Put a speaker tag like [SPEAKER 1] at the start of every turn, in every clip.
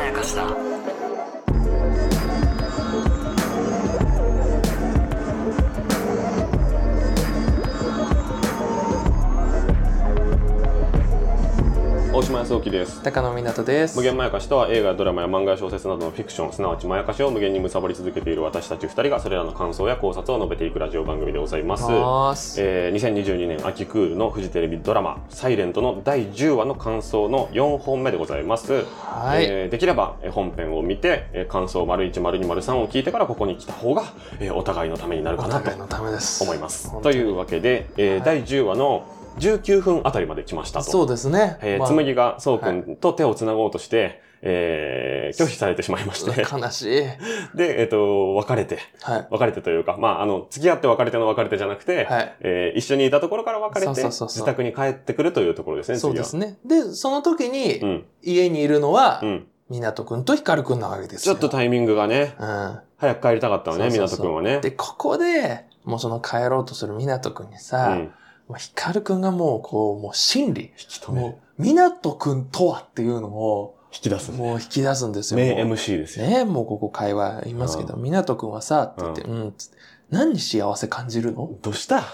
[SPEAKER 1] やかしだ
[SPEAKER 2] 大島康之です
[SPEAKER 3] 高野湊です。
[SPEAKER 2] 無限まやかしとは映画ドラマや漫画や小説などのフィクションすなわちまやかしを無限に貪り続けている私たち2人がそれらの感想や考察を述べていくラジオ番組でございます、
[SPEAKER 3] はーす
[SPEAKER 2] えー2022年秋クールのフジテレビドラマ「サイレントの第10話の感想の4本目でございます、
[SPEAKER 3] はい
[SPEAKER 2] えーできればえー本編を見てえー感想丸1丸2丸3を聞いてからここに来た方がえーお互いのためになる
[SPEAKER 3] お
[SPEAKER 2] かなと
[SPEAKER 3] 互いのためです。
[SPEAKER 2] 思います
[SPEAKER 3] 本当
[SPEAKER 2] と
[SPEAKER 3] に
[SPEAKER 2] いうわけで、えー
[SPEAKER 3] はい
[SPEAKER 2] 第10話の19分あたりまで来ましたと
[SPEAKER 3] そうですね。
[SPEAKER 2] えー
[SPEAKER 3] まあ
[SPEAKER 2] 紬がそうくんと手をつなごうとして、えー拒否されてしまいまして、
[SPEAKER 3] 悲しい。
[SPEAKER 2] で、えっ、と、別れて、
[SPEAKER 3] はい。
[SPEAKER 2] 別れてというか、まあ、あの、付き合って別れての別れてじゃなくて、
[SPEAKER 3] はい
[SPEAKER 2] えー一緒にいたところから別れて
[SPEAKER 3] そうそうそうそう
[SPEAKER 2] 自宅に帰ってくるというところですね、
[SPEAKER 3] そう
[SPEAKER 2] 次
[SPEAKER 3] で
[SPEAKER 2] は。
[SPEAKER 3] すね。で、その時に、
[SPEAKER 2] うん。
[SPEAKER 3] 家にいるのは
[SPEAKER 2] う、ん。
[SPEAKER 3] 港くんと光くんなわけです
[SPEAKER 2] ちょ
[SPEAKER 3] よ。
[SPEAKER 2] っとタイミングがね、
[SPEAKER 3] うん。
[SPEAKER 2] 早く帰りたかったのね、
[SPEAKER 3] そう
[SPEAKER 2] 湊
[SPEAKER 3] そう
[SPEAKER 2] く
[SPEAKER 3] そうん
[SPEAKER 2] はね。
[SPEAKER 3] で、ここで、もうその帰ろうとする港くんに
[SPEAKER 2] う
[SPEAKER 3] さ、
[SPEAKER 2] ん。
[SPEAKER 3] もう光くんがもうこう、もう心理。
[SPEAKER 2] 引き止める。
[SPEAKER 3] もう、港くんとはっていうのを、
[SPEAKER 2] 引き出すね。
[SPEAKER 3] もう引き出すんですよ。
[SPEAKER 2] 名
[SPEAKER 3] もう
[SPEAKER 2] MC ですよ。
[SPEAKER 3] ねえ、もうここ会話言いますけど、湊くんはさ、って言って、うん、つって何に幸せ感じるの
[SPEAKER 2] どうした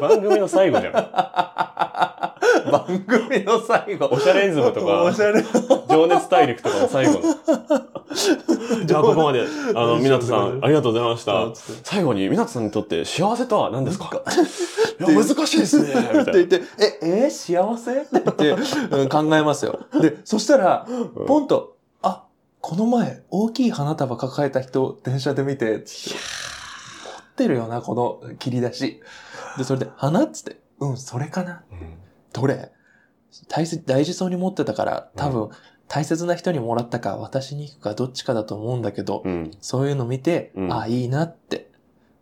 [SPEAKER 2] 番組の最後じゃん。
[SPEAKER 3] 番組の最後。
[SPEAKER 2] おしゃれイズムとか
[SPEAKER 3] おしゃれ。
[SPEAKER 2] 情熱大陸とかの最 後の。じゃあここまで、あの、湊さん、ありがとうございました。最後に、湊さんにとって幸せとは何ですかいや、難しい ですね、み
[SPEAKER 3] って
[SPEAKER 2] たい
[SPEAKER 3] 言っ
[SPEAKER 2] な。
[SPEAKER 3] て、え、えー幸せって言って、うん考えますよ。で、そしたら、ポンと、あ、この前、大きい花束抱えた人、電車で見て、つって。持ってるよな、この切り出し。で、それで、花っつって、うん、それかな。どれ大切大事そうに持ってたから、多分、大切な人にもらったか、私に行くか、どっちかだと思うんだけど、
[SPEAKER 2] うん。
[SPEAKER 3] そういうの見て、
[SPEAKER 2] うん
[SPEAKER 3] あ、いいなって。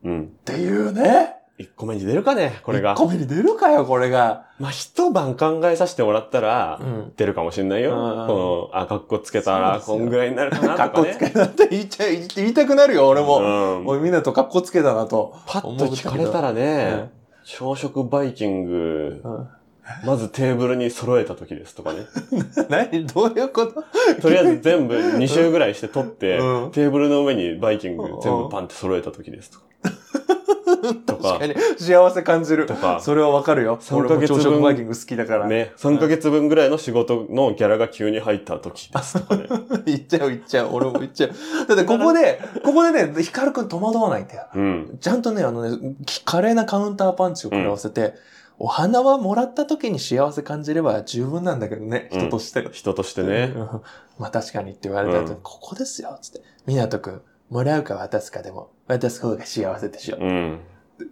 [SPEAKER 2] うん。
[SPEAKER 3] っていうね。
[SPEAKER 2] 1個目に出るか ね、これが
[SPEAKER 3] 1。個目に出るかよ、これが。
[SPEAKER 2] まあ、一晩考えさせてもらったら
[SPEAKER 3] う、ん。
[SPEAKER 2] 出るかもしれないよ。
[SPEAKER 3] うん
[SPEAKER 2] この、あ、格好つけたら、
[SPEAKER 3] そ
[SPEAKER 2] こ
[SPEAKER 3] うですよ
[SPEAKER 2] んぐらいになるかな
[SPEAKER 3] かっ
[SPEAKER 2] とか
[SPEAKER 3] こ
[SPEAKER 2] ね。
[SPEAKER 3] つけだって言いちゃい、言いたくなるよ、俺も。
[SPEAKER 2] うん
[SPEAKER 3] おい、みんなとかっこつけだなと。
[SPEAKER 2] パッと聞かれたらね、朝食バイキング、
[SPEAKER 3] うん
[SPEAKER 2] まずテーブルに揃えた時ですとかね。
[SPEAKER 3] 何どういうこと
[SPEAKER 2] とりあえず全部2周ぐらいして取って、
[SPEAKER 3] うん
[SPEAKER 2] テーブルの上にバイキング全部パンって揃えた時ですとか。とか
[SPEAKER 3] 確か、に幸せ感じる
[SPEAKER 2] と。 か
[SPEAKER 3] それはわかるよ。
[SPEAKER 2] 三
[SPEAKER 3] 俺
[SPEAKER 2] ヶ
[SPEAKER 3] も
[SPEAKER 2] 月分
[SPEAKER 3] 朝食バイキング好きだから。
[SPEAKER 2] ね、3ヶ月分ぐらいの仕事のギャラが急に入った時ですとかね。
[SPEAKER 3] 言っちゃう言っちゃう。俺も言っちゃう。だってここで、ここでね、ヒカルくん戸惑わないんだよ。
[SPEAKER 2] うん。
[SPEAKER 3] ちゃんとね、あのね、き華麗なカウンターパンチを食らわせて、お花はもらった時に幸せ感じれば十分なんだけどね、
[SPEAKER 2] うん
[SPEAKER 3] 人として。
[SPEAKER 2] 人としてね
[SPEAKER 3] う。んまあ確かにって言われたら、
[SPEAKER 2] うん
[SPEAKER 3] ここですよ、つって。港くん、もらうか渡すかでも、渡す方が幸せでしょ。
[SPEAKER 2] うん。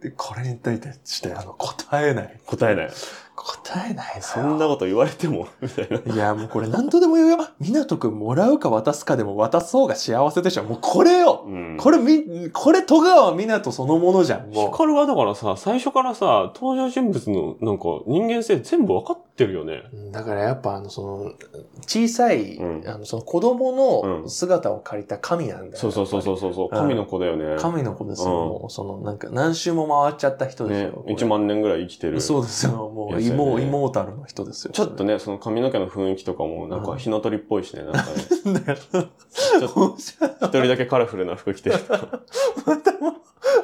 [SPEAKER 3] でこれに対して、あの、答えない。
[SPEAKER 2] 答えない。
[SPEAKER 3] 答えないのよ
[SPEAKER 2] そんなこと言われても、 みたいな。
[SPEAKER 3] いや、もうこれ何とでも言うよ。港くんもらうか渡すかでも渡す方が幸せでしょ。もうこれよ
[SPEAKER 2] うん
[SPEAKER 3] これみ、これ戸川港そのものじゃん、も
[SPEAKER 2] ヒカルはだからさ、最初からさ、登場人物のなんか人間性全部わかってるよね。
[SPEAKER 3] う。だからやっぱあの、その、小さい、
[SPEAKER 2] うん
[SPEAKER 3] あの、その子供
[SPEAKER 2] う
[SPEAKER 3] の
[SPEAKER 2] ん
[SPEAKER 3] 姿を借りた神なんだよ、
[SPEAKER 2] そうそうそうそうそう。神の子だよね。
[SPEAKER 3] 神の子です
[SPEAKER 2] う
[SPEAKER 3] よ、
[SPEAKER 2] ん
[SPEAKER 3] もう、その、なんか、何周も回っちゃった人です
[SPEAKER 2] ね
[SPEAKER 3] よ。こ。れ
[SPEAKER 2] 1万年ぐらい生きてる。
[SPEAKER 3] そうですよ、も、
[SPEAKER 2] いうやそうよ
[SPEAKER 3] 妹、
[SPEAKER 2] ね
[SPEAKER 3] イモータルの人ですよ。
[SPEAKER 2] ちょっとね、その髪の毛の雰囲気とかも、なん
[SPEAKER 3] う
[SPEAKER 2] か
[SPEAKER 3] ん
[SPEAKER 2] 日の鳥っぽいしね、なん かね。
[SPEAKER 3] それ。だから
[SPEAKER 2] ちょっと
[SPEAKER 3] おしゃ
[SPEAKER 2] 一人だけカラフルな服着てる。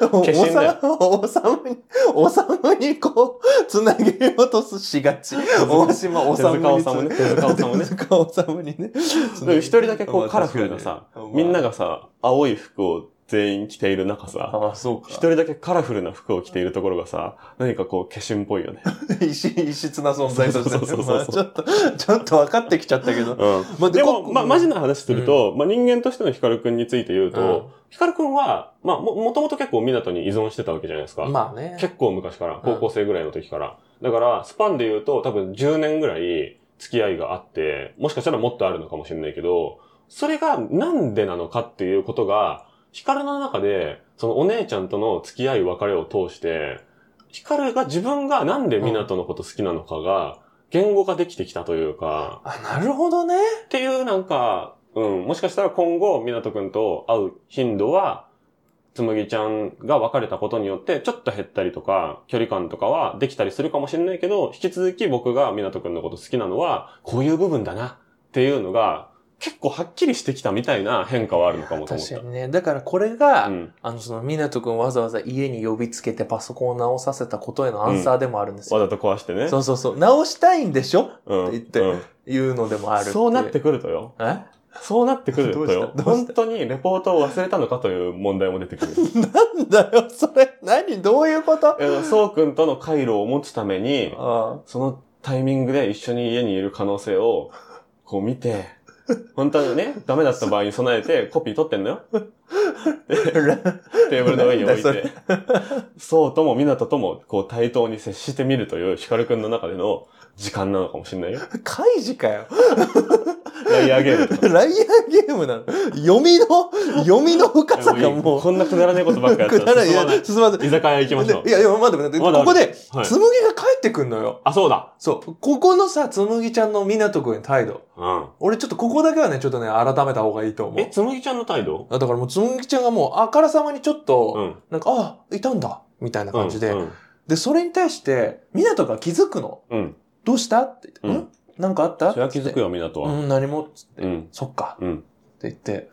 [SPEAKER 3] お
[SPEAKER 2] 化身だよ
[SPEAKER 3] さむ、おさむに、おさむにこう、つなげようとしがち。大島おさむに。
[SPEAKER 2] 手塚治虫ね手塚治虫ね
[SPEAKER 3] 手塚治虫にね。
[SPEAKER 2] でも一人だけこうカラフルなさ
[SPEAKER 3] まあ、
[SPEAKER 2] みんながさ、青い服を全員着ている中さ、
[SPEAKER 3] ああ、そうか。
[SPEAKER 2] 一人だけカラフルな服を着ているところがさ、何かこう化身っぽいよ ね。
[SPEAKER 3] 異質異質な存在としてね。
[SPEAKER 2] そうそうそうそう
[SPEAKER 3] まあちょっと、ちょっと分かってきちゃったけど。
[SPEAKER 2] うん。
[SPEAKER 3] まあ
[SPEAKER 2] でも、
[SPEAKER 3] こ
[SPEAKER 2] まあ、マジな話すると、まあ、人間としてのヒカルくんについて言う
[SPEAKER 3] うん
[SPEAKER 2] と、ヒカルくんは、まあ、も、もともと結構港に依存してたわけじゃないですか。
[SPEAKER 3] まあね。
[SPEAKER 2] 結構昔から、高校生ぐらいの時から。だから、スパンで言うと、多分10年ぐらい付き合いがあって、もしかしたらもっとあるのかもしれないけど、それがなんでなのかっていうことが、ヒカルの中で、そのお姉ちゃんとの付き合い別れを通して、ヒカルが自分がなんで港のこと好きなのかが、言語化できてきたというか、
[SPEAKER 3] あ、なるほどね。
[SPEAKER 2] っていうなんか、うん、もしかしたら今後、港くんと会う頻度は、つむぎちゃんが別れたことによって、ちょっと減ったりとか、距離感とかはできたりするかもしれないけど、引き続き僕が港くんのこと好きなのは、こういう部分だなっていうのが、結構はっきりしてきたみたいな変化はあるのかもと思っ
[SPEAKER 3] 確
[SPEAKER 2] た。
[SPEAKER 3] かにね。だからこれが、
[SPEAKER 2] うん、
[SPEAKER 3] あの、その、湊くんわざわざ家に呼びつけてパソコンを直させたことへのアンサーでもあるんです
[SPEAKER 2] わ
[SPEAKER 3] よ。
[SPEAKER 2] ざと壊してね。
[SPEAKER 3] そうそうそう。直したいんでしょ
[SPEAKER 2] うん
[SPEAKER 3] って言って
[SPEAKER 2] うん
[SPEAKER 3] いうのでもあるいう
[SPEAKER 2] そうなってくるとよ。
[SPEAKER 3] え
[SPEAKER 2] そうなってくる
[SPEAKER 3] どう
[SPEAKER 2] と
[SPEAKER 3] した
[SPEAKER 2] よ
[SPEAKER 3] ど。うした
[SPEAKER 2] 本当にレポートを忘れたのかという問題も出てく る。
[SPEAKER 3] なんだよ、それ。何どういうこと
[SPEAKER 2] えそうくんとの回路を持つために、
[SPEAKER 3] あ
[SPEAKER 2] そのタイミングで一緒に家にいる可能性 を、こう見て、本当はね、ダメだった場合に備えてコピー取ってんのよ。
[SPEAKER 3] あ。
[SPEAKER 2] テーブルの上に 置い
[SPEAKER 3] なんだ
[SPEAKER 2] て。そうともみなととも、こう対等に接してみるという、ヒカルくんの中での時間なのかもしれないよ。
[SPEAKER 3] カイジかよ。
[SPEAKER 2] ライアーゲー ムとか。
[SPEAKER 3] ライアーゲームなの。読みの、読みの深さがもう。
[SPEAKER 2] こんなくだらないことばっかやった
[SPEAKER 3] くだら
[SPEAKER 2] ら
[SPEAKER 3] ない。い
[SPEAKER 2] 進まない
[SPEAKER 3] や、。すみません。
[SPEAKER 2] 居酒屋行きましょう
[SPEAKER 3] で。いや、いや、待って待って。
[SPEAKER 2] まだあ
[SPEAKER 3] こ
[SPEAKER 2] る
[SPEAKER 3] こで、
[SPEAKER 2] はい
[SPEAKER 3] つむぎが帰ってくんのよ。
[SPEAKER 2] あ、そうだ。
[SPEAKER 3] そう。ここのさ、つむぎちゃんのみなとくんへの態度。
[SPEAKER 2] うん。
[SPEAKER 3] 俺ちょっとここだけはね、ちょっとね、改めた方がいいと思
[SPEAKER 2] え、
[SPEAKER 3] う。
[SPEAKER 2] つむぎちゃんの態度
[SPEAKER 3] だからもうつむぎちゃんがもう、あからさまにちょっと、
[SPEAKER 2] ん。
[SPEAKER 3] なんか、あ、いたんだ、みたいな感じで。
[SPEAKER 2] うん。
[SPEAKER 3] で、それに対して、みなとが気づくの。
[SPEAKER 2] うん。
[SPEAKER 3] どうしたって言って、
[SPEAKER 2] うん
[SPEAKER 3] んなんかあった
[SPEAKER 2] そりゃ気づくよ、みなと
[SPEAKER 3] う
[SPEAKER 2] は。
[SPEAKER 3] ん、何も。つって
[SPEAKER 2] うん。
[SPEAKER 3] そっか。
[SPEAKER 2] うん。
[SPEAKER 3] って言って、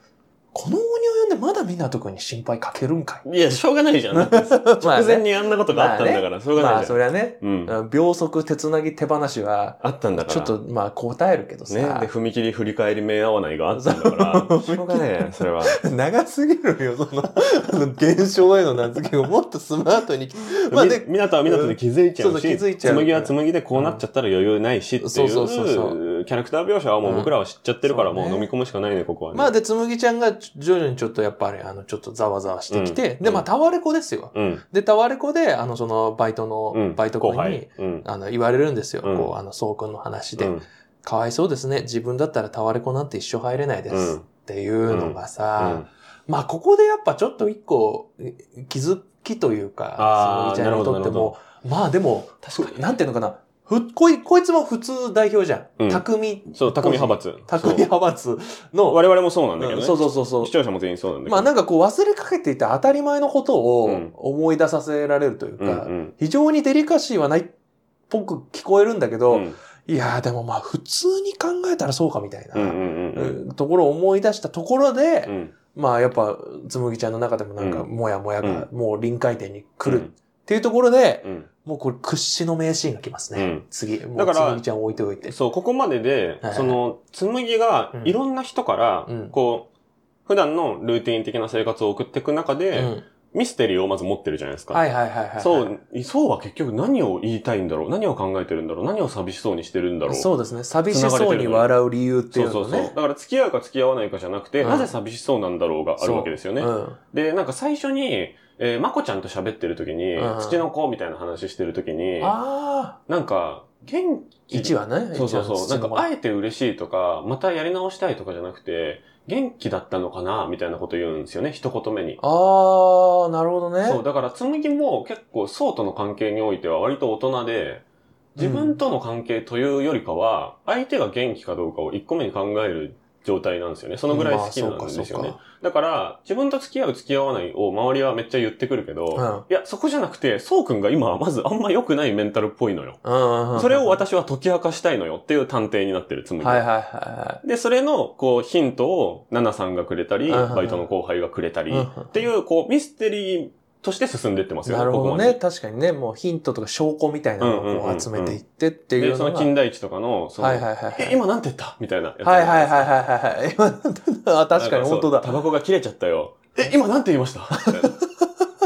[SPEAKER 3] この鬼を呼んでまだみなとくんに心配かけるんかい。
[SPEAKER 2] いや、しょうがないじゃ ん。だって
[SPEAKER 3] まあ
[SPEAKER 2] 直前
[SPEAKER 3] ね。
[SPEAKER 2] にあんなことがあったんだから、しょうが
[SPEAKER 3] ま
[SPEAKER 2] ないじ
[SPEAKER 3] あ、
[SPEAKER 2] ゃ
[SPEAKER 3] そ
[SPEAKER 2] ん。
[SPEAKER 3] りゃね、
[SPEAKER 2] うん。
[SPEAKER 3] 秒速手つなぎ手放しは、
[SPEAKER 2] あったんだから。
[SPEAKER 3] ちょっと、まあ、答えるけど
[SPEAKER 2] ね。
[SPEAKER 3] さ
[SPEAKER 2] で、。踏切振り返り目合わないがあったんだから。しょうがないよ、そ れは。
[SPEAKER 3] 長すぎるよ、その、あの、現象への名付けをもっとスマートに。まあで
[SPEAKER 2] みなとはみなとで気づいちゃう
[SPEAKER 3] そうそう
[SPEAKER 2] し、
[SPEAKER 3] 気づいちゃう
[SPEAKER 2] つむぎはつむぎでこうなっちゃったら余裕ないしって
[SPEAKER 3] そ
[SPEAKER 2] いう、
[SPEAKER 3] そうそうそう
[SPEAKER 2] キャラクター描写はもう僕らは知っちゃってるから、
[SPEAKER 3] うん
[SPEAKER 2] もう飲み込むしかないね、ここはね。
[SPEAKER 3] まあ、で、つむぎちゃんがちょ徐々にちょっとやっぱり、あの、ちょっとざわざわしてきて、
[SPEAKER 2] うん
[SPEAKER 3] で、まあ、タワレコですよ。
[SPEAKER 2] うん。
[SPEAKER 3] で、タワレコで、あの、その、バイトの、
[SPEAKER 2] うん。
[SPEAKER 3] バイト
[SPEAKER 2] 後
[SPEAKER 3] 君に、
[SPEAKER 2] 輩。うん。
[SPEAKER 3] あの、言われるんですよ。
[SPEAKER 2] うん
[SPEAKER 3] こう、あの、そうくんの話で、
[SPEAKER 2] うん
[SPEAKER 3] かわいそうですね。自分だったらタワレコなんて一生入れないです。
[SPEAKER 2] うん
[SPEAKER 3] っていうのが
[SPEAKER 2] う
[SPEAKER 3] さ
[SPEAKER 2] ん、
[SPEAKER 3] まあ、ここでやっぱちょっと一個、え気づきという
[SPEAKER 2] あー
[SPEAKER 3] か、つむぎちゃんにとっても、まあでも、
[SPEAKER 2] 確かに
[SPEAKER 3] なんていうのかな、ふ、こい、こいつも普通代表じゃ。
[SPEAKER 2] うんん
[SPEAKER 3] 匠、
[SPEAKER 2] そう、匠派閥。
[SPEAKER 3] 匠
[SPEAKER 2] そう
[SPEAKER 3] 派閥の、
[SPEAKER 2] 我々もそうなんだけど
[SPEAKER 3] うん
[SPEAKER 2] ね。
[SPEAKER 3] そうそうそうそう
[SPEAKER 2] 視。聴者も全員そうなんだけど。
[SPEAKER 3] まあなんかこう忘れかけていた当たり前のこと
[SPEAKER 2] うん
[SPEAKER 3] を思い出させられるという
[SPEAKER 2] うん
[SPEAKER 3] か、
[SPEAKER 2] うん
[SPEAKER 3] 非常にデリカシーはないっぽく聞こえるんだけど、
[SPEAKER 2] うん
[SPEAKER 3] いやーでもまあ普通に考えたらそうかみたいな、
[SPEAKER 2] うんうんうんうん
[SPEAKER 3] ところを思い出したところで、
[SPEAKER 2] うん
[SPEAKER 3] まあやっぱつむぎちゃんの中でもなんか
[SPEAKER 2] うん
[SPEAKER 3] もやもやがもう臨界点に来
[SPEAKER 2] うん
[SPEAKER 3] るっていうところで、
[SPEAKER 2] うん
[SPEAKER 3] もうこれ屈指の名シーンが来ますね。
[SPEAKER 2] うん
[SPEAKER 3] 次、も
[SPEAKER 2] だ
[SPEAKER 3] う
[SPEAKER 2] か
[SPEAKER 3] つ
[SPEAKER 2] ら
[SPEAKER 3] むぎちゃんを置いておいて。
[SPEAKER 2] そう、ここまでで、
[SPEAKER 3] はい
[SPEAKER 2] その、紬が
[SPEAKER 3] うん
[SPEAKER 2] いろんな人から、
[SPEAKER 3] うん
[SPEAKER 2] こう、普段のルーティン的な生活を送っていく中で、
[SPEAKER 3] うん
[SPEAKER 2] ミステリーをまず持ってるじゃないですか。
[SPEAKER 3] はいはいはいはい。
[SPEAKER 2] そう、そうは結局何を言いたいんだろう何を考えてるんだろう何を寂しそうにしてるんだろう
[SPEAKER 3] そうですね。寂しそうに笑う理由っていうのね。
[SPEAKER 2] そうそうそうだから付き合うか付き合わないかじゃなくて、
[SPEAKER 3] うん
[SPEAKER 2] なぜ寂しそうなんだろうがあるわけですよね。
[SPEAKER 3] うん
[SPEAKER 2] で、なんか最初に、えー、まこちゃんと喋ってる時に、
[SPEAKER 3] うん
[SPEAKER 2] 土の子みたいな話してる時に、
[SPEAKER 3] ああ、
[SPEAKER 2] なんか、元気
[SPEAKER 3] 1話ね。
[SPEAKER 2] そうそうそう。
[SPEAKER 3] 一
[SPEAKER 2] な
[SPEAKER 3] 話の
[SPEAKER 2] んか、あえて嬉しいとか、またやり直したいとかじゃなくて、元気だったのかなみたいなこと言うんですよね、一言目に。
[SPEAKER 3] ああ、なるほどね。
[SPEAKER 2] そう、だから、紬も結構、そうとの関係においては割と大人で、自分との関係というよりかは、相手が元気かどうかを一個目に考える状態なんですよね。そのぐらい好きなんですよね。
[SPEAKER 3] まあ
[SPEAKER 2] だから、自分と付き合う付き合わないを周りはめっちゃ言ってくるけど、
[SPEAKER 3] そうか
[SPEAKER 2] いや、そこじゃなくて、そうくんが今、まずあんま良くないメンタルっぽいのよ。
[SPEAKER 3] そうか。うん。うんうんうん
[SPEAKER 2] それを私は解き明かしたいのよっていう探偵になってるつもり。
[SPEAKER 3] はいはいは
[SPEAKER 2] で、それの、こう、ヒントを、ナナさんがくれたり、
[SPEAKER 3] うんうんうん
[SPEAKER 2] バイトの後輩がくれた
[SPEAKER 3] い
[SPEAKER 2] り、
[SPEAKER 3] はい。
[SPEAKER 2] っ
[SPEAKER 3] うん
[SPEAKER 2] ていう、こう、ミステリーとして進んでってますよね、
[SPEAKER 3] なるほど
[SPEAKER 2] ここま
[SPEAKER 3] ね。
[SPEAKER 2] で。
[SPEAKER 3] 確かにね、もうヒントとか証拠みたいなのをこう集めていってってい
[SPEAKER 2] で、
[SPEAKER 3] う
[SPEAKER 2] そ
[SPEAKER 3] の
[SPEAKER 2] の
[SPEAKER 3] が。
[SPEAKER 2] 金田一とかの、その、
[SPEAKER 3] はいはいはいはい
[SPEAKER 2] え、今なんて言ったみたいなやつ。
[SPEAKER 3] はいはいはいはいはい。今 なんだあ、確かに
[SPEAKER 2] なんそう
[SPEAKER 3] 本当だ。
[SPEAKER 2] タバコが切れちゃったよ。え、今なんて言いましたみたいな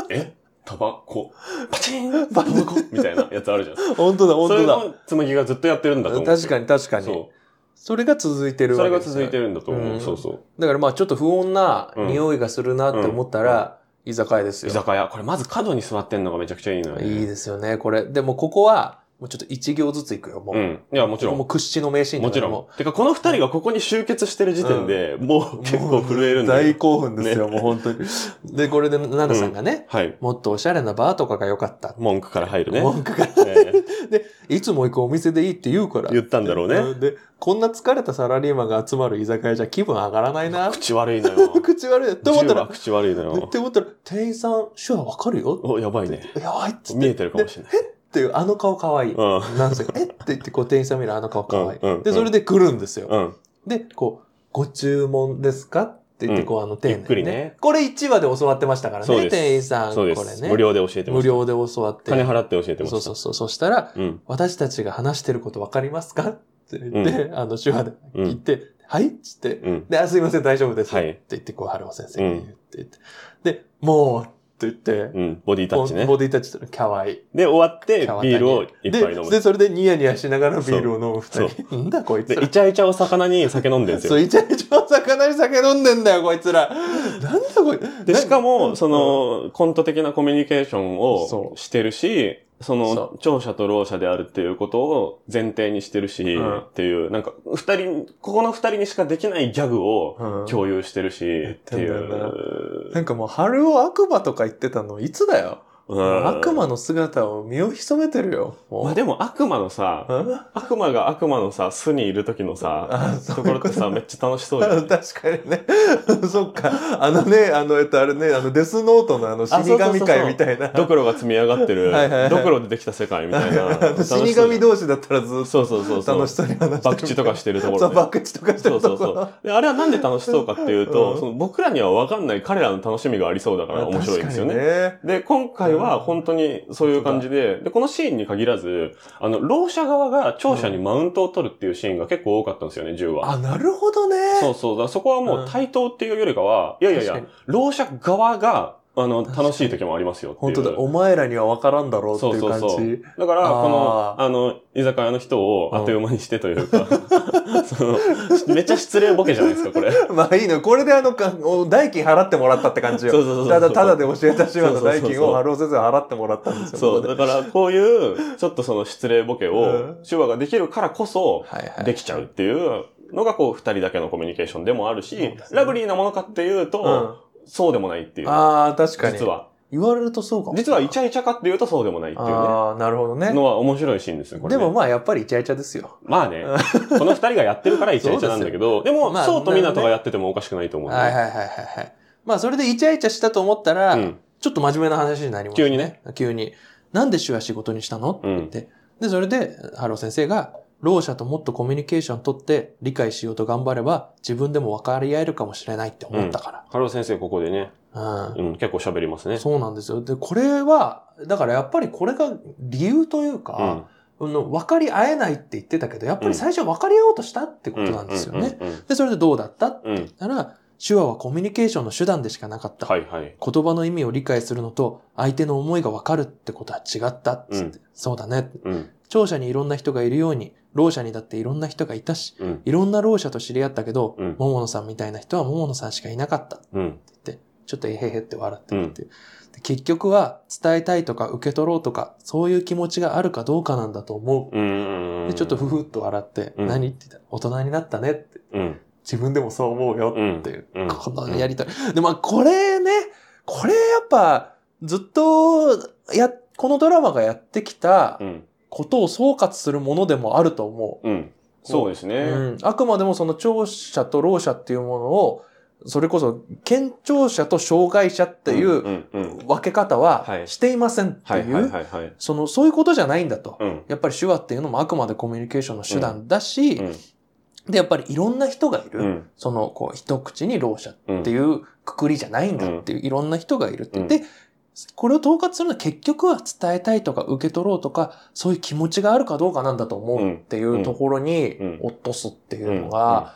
[SPEAKER 2] えタバコパチンタバコみたいなやつあるじゃん。
[SPEAKER 3] 本当だ、本
[SPEAKER 2] それ
[SPEAKER 3] 当だ。
[SPEAKER 2] の紬がずっとやってるんだと思う。
[SPEAKER 3] 確かに確かに。
[SPEAKER 2] そ
[SPEAKER 3] それが続いて
[SPEAKER 2] う。
[SPEAKER 3] る
[SPEAKER 2] そ
[SPEAKER 3] わ
[SPEAKER 2] れが
[SPEAKER 3] けですよ
[SPEAKER 2] 続いてるんだと思う。
[SPEAKER 3] うん
[SPEAKER 2] そうそう。
[SPEAKER 3] だからまあちょっと不穏な匂いがするなって思ったら、居酒屋です
[SPEAKER 2] 居
[SPEAKER 3] よ。
[SPEAKER 2] 酒屋。これまず角に座ってんのがめちゃくちゃいいのよね。
[SPEAKER 3] いいですよね、これ。でもここは、もうちょっと一行ずついくよ、もう。
[SPEAKER 2] うん。いや、もちろ。
[SPEAKER 3] もうん屈指の名シーン
[SPEAKER 2] もち
[SPEAKER 3] だから
[SPEAKER 2] ろん。てか、この二人がここに集結してる時点で、もう結構震えるんだ
[SPEAKER 3] 大
[SPEAKER 2] よ。
[SPEAKER 3] 興奮ですよ、もう本当に。で、これで、ナナさんがね、
[SPEAKER 2] はい。
[SPEAKER 3] もっとおしゃれなバーとかが良かった。
[SPEAKER 2] 文句から入るね。
[SPEAKER 3] 文句が、
[SPEAKER 2] ええ
[SPEAKER 3] いつも行くお店でいいって言うから。
[SPEAKER 2] 言ったんだろうね。
[SPEAKER 3] で、こんな疲れたサラリーマンが集まる居酒屋じゃ気分上がらな いな。
[SPEAKER 2] 口悪いのよ。
[SPEAKER 3] 口悪い。って思った
[SPEAKER 2] 銃は
[SPEAKER 3] ら、
[SPEAKER 2] 口悪いの
[SPEAKER 3] っ
[SPEAKER 2] よ。
[SPEAKER 3] て思ったら、店員さん、手話わかるよ。
[SPEAKER 2] お、やばいね。
[SPEAKER 3] やばいっつって。
[SPEAKER 2] 見えてるかもしれない。
[SPEAKER 3] っていう、あの顔可愛い。
[SPEAKER 2] うん。
[SPEAKER 3] なんせ、えって言って、こう店員さん見るあの顔可愛い。
[SPEAKER 2] うんうん
[SPEAKER 3] で、それで来るんですよ。
[SPEAKER 2] うん。
[SPEAKER 3] で、こう、ご注文ですかって言って、
[SPEAKER 2] うん
[SPEAKER 3] こう、あの、丁寧に、
[SPEAKER 2] ゆ
[SPEAKER 3] ね。
[SPEAKER 2] っくりね
[SPEAKER 3] これ1話で教わってましたから
[SPEAKER 2] そう
[SPEAKER 3] ね、
[SPEAKER 2] です
[SPEAKER 3] 店員さん。
[SPEAKER 2] そうで
[SPEAKER 3] これ
[SPEAKER 2] す。
[SPEAKER 3] ね。
[SPEAKER 2] 無料で教えてま
[SPEAKER 3] 無
[SPEAKER 2] した。
[SPEAKER 3] 料で教わって。
[SPEAKER 2] 金払って教えてました。
[SPEAKER 3] そうそうそう。そしたら、
[SPEAKER 2] うん。
[SPEAKER 3] 私たちが話してることわかりますかって言って、あの、手話で
[SPEAKER 2] う
[SPEAKER 3] 聞い
[SPEAKER 2] ん。
[SPEAKER 3] て、はいっつって、
[SPEAKER 2] うん。
[SPEAKER 3] で、あ、すいません、大丈夫です。
[SPEAKER 2] は
[SPEAKER 3] って
[SPEAKER 2] い。
[SPEAKER 3] 言って、こう、春尾先生に言って言って、で、もう、って言って、
[SPEAKER 2] うん。ボディタッチね。
[SPEAKER 3] ボディタッチしたら、かわいい。
[SPEAKER 2] で、終わって、ビ
[SPEAKER 3] 茶
[SPEAKER 2] ールをいっぱい飲
[SPEAKER 3] で、
[SPEAKER 2] む。
[SPEAKER 3] でそれでニヤニヤしながらビールを飲む二人。なんだこいつ
[SPEAKER 2] で、
[SPEAKER 3] ら
[SPEAKER 2] イ。チャイチャを魚に酒飲んでるんです
[SPEAKER 3] そ
[SPEAKER 2] よ
[SPEAKER 3] う、。イチャイチャお魚に酒飲んでんだよ、こいつら。 なんだこい
[SPEAKER 2] で、しか
[SPEAKER 3] うん
[SPEAKER 2] も、その、コント的なコミュニケーション
[SPEAKER 3] そ
[SPEAKER 2] を
[SPEAKER 3] う
[SPEAKER 2] してるし、そ
[SPEAKER 3] そ
[SPEAKER 2] の、聴者とろう者であるっていうことを前提にしてるし、
[SPEAKER 3] うん
[SPEAKER 2] っていう、なんか、二人、ここの二人にしかできないギャグを
[SPEAKER 3] うん
[SPEAKER 2] 共有してるし、ってい
[SPEAKER 3] やってんだよ
[SPEAKER 2] う。
[SPEAKER 3] なんかもう、春を悪魔とか言ってたの、いつだよ。
[SPEAKER 2] うん
[SPEAKER 3] 悪魔の姿を身を潜めてるよ。もう
[SPEAKER 2] まあでも悪魔のさ、
[SPEAKER 3] うん
[SPEAKER 2] 悪魔が悪魔のさ、巣にいる時のさ、
[SPEAKER 3] あ
[SPEAKER 2] ところってさ、めっちゃ楽しそうじ ゃん。
[SPEAKER 3] 確かにね。そっか。あのね、あの、えっと、あれね、あの、デスノートのあの、死
[SPEAKER 2] あそうそうそうそう
[SPEAKER 3] 神界みたいな。
[SPEAKER 2] ドクロが積み上がってる
[SPEAKER 3] はいはいはい、
[SPEAKER 2] ドクロでできた世界み たいな。
[SPEAKER 3] あの
[SPEAKER 2] 楽しそう
[SPEAKER 3] 死
[SPEAKER 2] じゃん
[SPEAKER 3] 神同士だったらずっ
[SPEAKER 2] そうそうそう
[SPEAKER 3] と
[SPEAKER 2] そう
[SPEAKER 3] 楽し。そうに話して
[SPEAKER 2] バ
[SPEAKER 3] る。
[SPEAKER 2] クチとかしてるとこ
[SPEAKER 3] そ
[SPEAKER 2] ろ
[SPEAKER 3] う、
[SPEAKER 2] ね。
[SPEAKER 3] バクチとかして
[SPEAKER 2] そ
[SPEAKER 3] る
[SPEAKER 2] うそ
[SPEAKER 3] と
[SPEAKER 2] う
[SPEAKER 3] こ
[SPEAKER 2] そ
[SPEAKER 3] ろ。
[SPEAKER 2] う。で、あれはなんで楽しそうかっていうと、
[SPEAKER 3] うん
[SPEAKER 2] その僕らには分かんない彼らの楽しみがありそうだから面白いんですよね。
[SPEAKER 3] 確かにね。
[SPEAKER 2] で、今回は本当にそういう感じで、で、このシーンに限らず、あの、老者側が聴者にマウントを取るっていうシーンが結構多かったんですよね、10話。
[SPEAKER 3] あ、なるほどね。
[SPEAKER 2] そうそう。だからそこはもう対等っていうよりかは、いやいやい
[SPEAKER 3] 確
[SPEAKER 2] や
[SPEAKER 3] か、
[SPEAKER 2] 老者側が、あの、
[SPEAKER 3] 確かに
[SPEAKER 2] 楽しい時もありますよってい
[SPEAKER 3] 本
[SPEAKER 2] う。
[SPEAKER 3] 当だ、お前らには分からんだろうって
[SPEAKER 2] そう
[SPEAKER 3] いう
[SPEAKER 2] そ
[SPEAKER 3] 感
[SPEAKER 2] う
[SPEAKER 3] じ。
[SPEAKER 2] そう。だから、
[SPEAKER 3] あー
[SPEAKER 2] この、あの、居酒屋の人をあっという間にしてというか、 その、めっちゃ失礼ボケじゃないですか、これ。
[SPEAKER 3] まあいいの。これであの、かお代金払ってもらったって感じよ。
[SPEAKER 2] そうそうそうそう
[SPEAKER 3] ただ、ただで教えた手話
[SPEAKER 2] そうそう
[SPEAKER 3] の代金
[SPEAKER 2] そうそ
[SPEAKER 3] を
[SPEAKER 2] う
[SPEAKER 3] 春尾先生は払ってもらったんですよ。
[SPEAKER 2] そ
[SPEAKER 3] こ
[SPEAKER 2] う。
[SPEAKER 3] こ
[SPEAKER 2] だ
[SPEAKER 3] で
[SPEAKER 2] から、こういう、ちょっとその失礼ボケ
[SPEAKER 3] う
[SPEAKER 2] を
[SPEAKER 3] ん、
[SPEAKER 2] 手話ができるからこそ、
[SPEAKER 3] はいはい。
[SPEAKER 2] できちゃうっていうのが、こう、二人だけのコミュニケーションでもあるし、
[SPEAKER 3] そうですね
[SPEAKER 2] ラブリーなものかっていう
[SPEAKER 3] う
[SPEAKER 2] と、
[SPEAKER 3] ん。
[SPEAKER 2] そうでもないっていう。
[SPEAKER 3] ああ、確かに。
[SPEAKER 2] 実。は。
[SPEAKER 3] 言われるとそうかも。
[SPEAKER 2] 実はイ
[SPEAKER 3] ャ
[SPEAKER 2] チャイチャかっていうとそうでもないっていうね。
[SPEAKER 3] ああ、なるほどね。
[SPEAKER 2] のは面白いシーンですね、これ、
[SPEAKER 3] で
[SPEAKER 2] ね。
[SPEAKER 3] も、まあやっぱりイチャイチャですよ。
[SPEAKER 2] まあね、この二人がやってるからイチャイチャなんだけ ど、でも、
[SPEAKER 3] まあ
[SPEAKER 2] そうとみなと
[SPEAKER 3] なるほどね
[SPEAKER 2] がやっててもおかしくないと思うんで。
[SPEAKER 3] はいはいはいはいはい。まあそれでイチャイチャしたと思ったら、
[SPEAKER 2] うん。
[SPEAKER 3] ちょっと真面目な話になります、
[SPEAKER 2] 急にね。
[SPEAKER 3] 急に。なんで手話仕事にしたの
[SPEAKER 2] うん。
[SPEAKER 3] で、それで、ハロー先生が、ろう者ともっとコミュニケーション取って理解しようと頑張れば自分でも分かり合えるかもしれないって思ったか
[SPEAKER 2] ハロー先生、ここでね、
[SPEAKER 3] ら。うん。
[SPEAKER 2] うん、結構喋りますね。
[SPEAKER 3] そうなんですよ。で、これは、だからやっぱりこれが理由という
[SPEAKER 2] う
[SPEAKER 3] か、
[SPEAKER 2] ん。
[SPEAKER 3] あの分かり合えないって言ってたけど、やっぱり最初分かり合おうとしたってことなんですよね。
[SPEAKER 2] うん。
[SPEAKER 3] で、それでどうだったって
[SPEAKER 2] うんうんうん。
[SPEAKER 3] 言ったら、手話はコミュニケーションの手段でしかなかった。
[SPEAKER 2] はいはい。
[SPEAKER 3] 言葉の意味を理解するのと、相手の思いが分かるってことは違ったっつって、
[SPEAKER 2] う
[SPEAKER 3] そうだね。
[SPEAKER 2] うん。
[SPEAKER 3] 聴者にいろんな人がいるように、ろう者にだっていろんな人がいたし、
[SPEAKER 2] うん。
[SPEAKER 3] いろんなろう者と知り合ったけど、
[SPEAKER 2] うん
[SPEAKER 3] 桃野さんみたいな人は桃野さんしかいなかった。
[SPEAKER 2] うん。
[SPEAKER 3] ちょっとえへへって笑ってって、で結局は伝えたいとか受け取ろうとか、そういう気持ちがあるかどうかなんだと思
[SPEAKER 2] うん。
[SPEAKER 3] う。
[SPEAKER 2] うん
[SPEAKER 3] で、ちょっとふふっと笑って、
[SPEAKER 2] うん
[SPEAKER 3] 何って言ったら、大人になったねって、
[SPEAKER 2] うん。
[SPEAKER 3] 自分でもそう思うよ
[SPEAKER 2] うん
[SPEAKER 3] っていう。
[SPEAKER 2] うん。
[SPEAKER 3] このやりとり。で、まあ、これね、これやっぱ、ずっと、や、このドラマがやってきた
[SPEAKER 2] うん。
[SPEAKER 3] ことを総括するものでもあると思
[SPEAKER 2] うん。そうですね。
[SPEAKER 3] う。うん。あくまでもその聴者とろう者っていうものを、それこそ、健聴者と障害者ってい
[SPEAKER 2] ん
[SPEAKER 3] う
[SPEAKER 2] うんうん。
[SPEAKER 3] 分け方
[SPEAKER 2] は
[SPEAKER 3] はいしていませんって
[SPEAKER 2] はい
[SPEAKER 3] い、
[SPEAKER 2] はいうはいはい。
[SPEAKER 3] その、そういうことじゃないんだと。
[SPEAKER 2] うん。
[SPEAKER 3] やっぱり手話っていうのもあくまでコミュニケーションの手段だし、
[SPEAKER 2] うん
[SPEAKER 3] で、やっぱりいろんな人がいる。
[SPEAKER 2] うん。
[SPEAKER 3] その、こう、一口にろう者
[SPEAKER 2] うん
[SPEAKER 3] っていうくくりじゃないんだっていう、いろんな人がいるって。
[SPEAKER 2] うん
[SPEAKER 3] で、これを統括するのは結局は伝えたいとか受け取ろうとか、そういう気持ちがあるかどうかなんだと思うっていうところに
[SPEAKER 2] うん
[SPEAKER 3] 落とすっていうのが、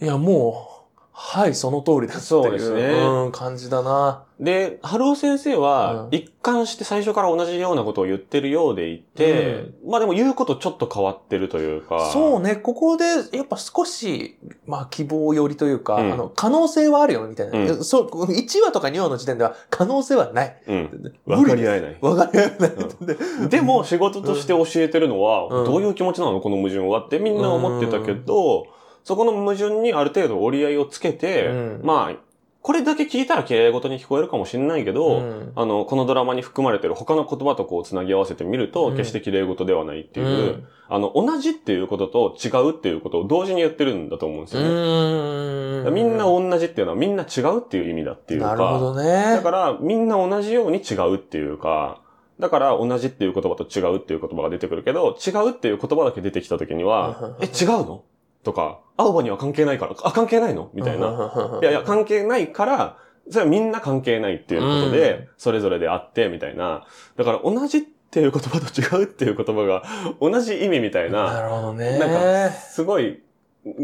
[SPEAKER 3] いや、もう、はい、その通りだって
[SPEAKER 2] そう
[SPEAKER 3] い
[SPEAKER 2] です
[SPEAKER 3] う
[SPEAKER 2] ね
[SPEAKER 3] うん感じだな。
[SPEAKER 2] で、春尾先生は、
[SPEAKER 3] うん
[SPEAKER 2] 一貫して最初から同じようなことを言ってるようでいて、まあでも言うことちょっと変わってるというか。
[SPEAKER 3] そうね、ここで、やっぱ少し、まあ、希望寄りというか、
[SPEAKER 2] うん
[SPEAKER 3] あの、可能性はあるよ、みたいな。
[SPEAKER 2] うん
[SPEAKER 3] いやそう、1話とか2話の時点では、可能性はない。
[SPEAKER 2] うん。
[SPEAKER 3] 無
[SPEAKER 2] 分か
[SPEAKER 3] 理
[SPEAKER 2] り合えない。
[SPEAKER 3] わかり合えない。
[SPEAKER 2] でも仕事として教えてるのは、
[SPEAKER 3] うん
[SPEAKER 2] どういう気持ちなのこの矛盾はってみんな思ってたけど、そこの矛盾にある程度折り合いをつけて、
[SPEAKER 3] うん
[SPEAKER 2] まあ、これだけ聞いたら綺麗事に聞こえるかもしれないけど、
[SPEAKER 3] うん
[SPEAKER 2] あの、このドラマに含まれてる他の言葉とこう繋ぎ合わせてみると、
[SPEAKER 3] うん
[SPEAKER 2] 決して綺麗事ではないっていう、
[SPEAKER 3] うん
[SPEAKER 2] あの、同じっていうことと違うっていうことを同時に言ってるんだと思うんですよね。だからみんな
[SPEAKER 3] っ
[SPEAKER 2] 同じっていうのはみんな違うっていう意味だっていうか、
[SPEAKER 3] なるほどね。
[SPEAKER 2] だからみんな同じように違うっていうか、だから同じっていう言葉と違うっていう言葉が出てくるけど、違うっていう言葉だけ出てきた時には
[SPEAKER 3] うん、
[SPEAKER 2] え、違うのとか、青葉には関係ないから、あ、関係ないのみたいな。
[SPEAKER 3] な
[SPEAKER 2] いやいや、関係ないから、それはみんな関係ないっていうことで、
[SPEAKER 3] うん
[SPEAKER 2] それぞれであ係って、みたいな。だから、同じっていう言葉と違うっていう言葉が、同じ意味みたいな、
[SPEAKER 3] なるほどね。
[SPEAKER 2] なんか、すごい、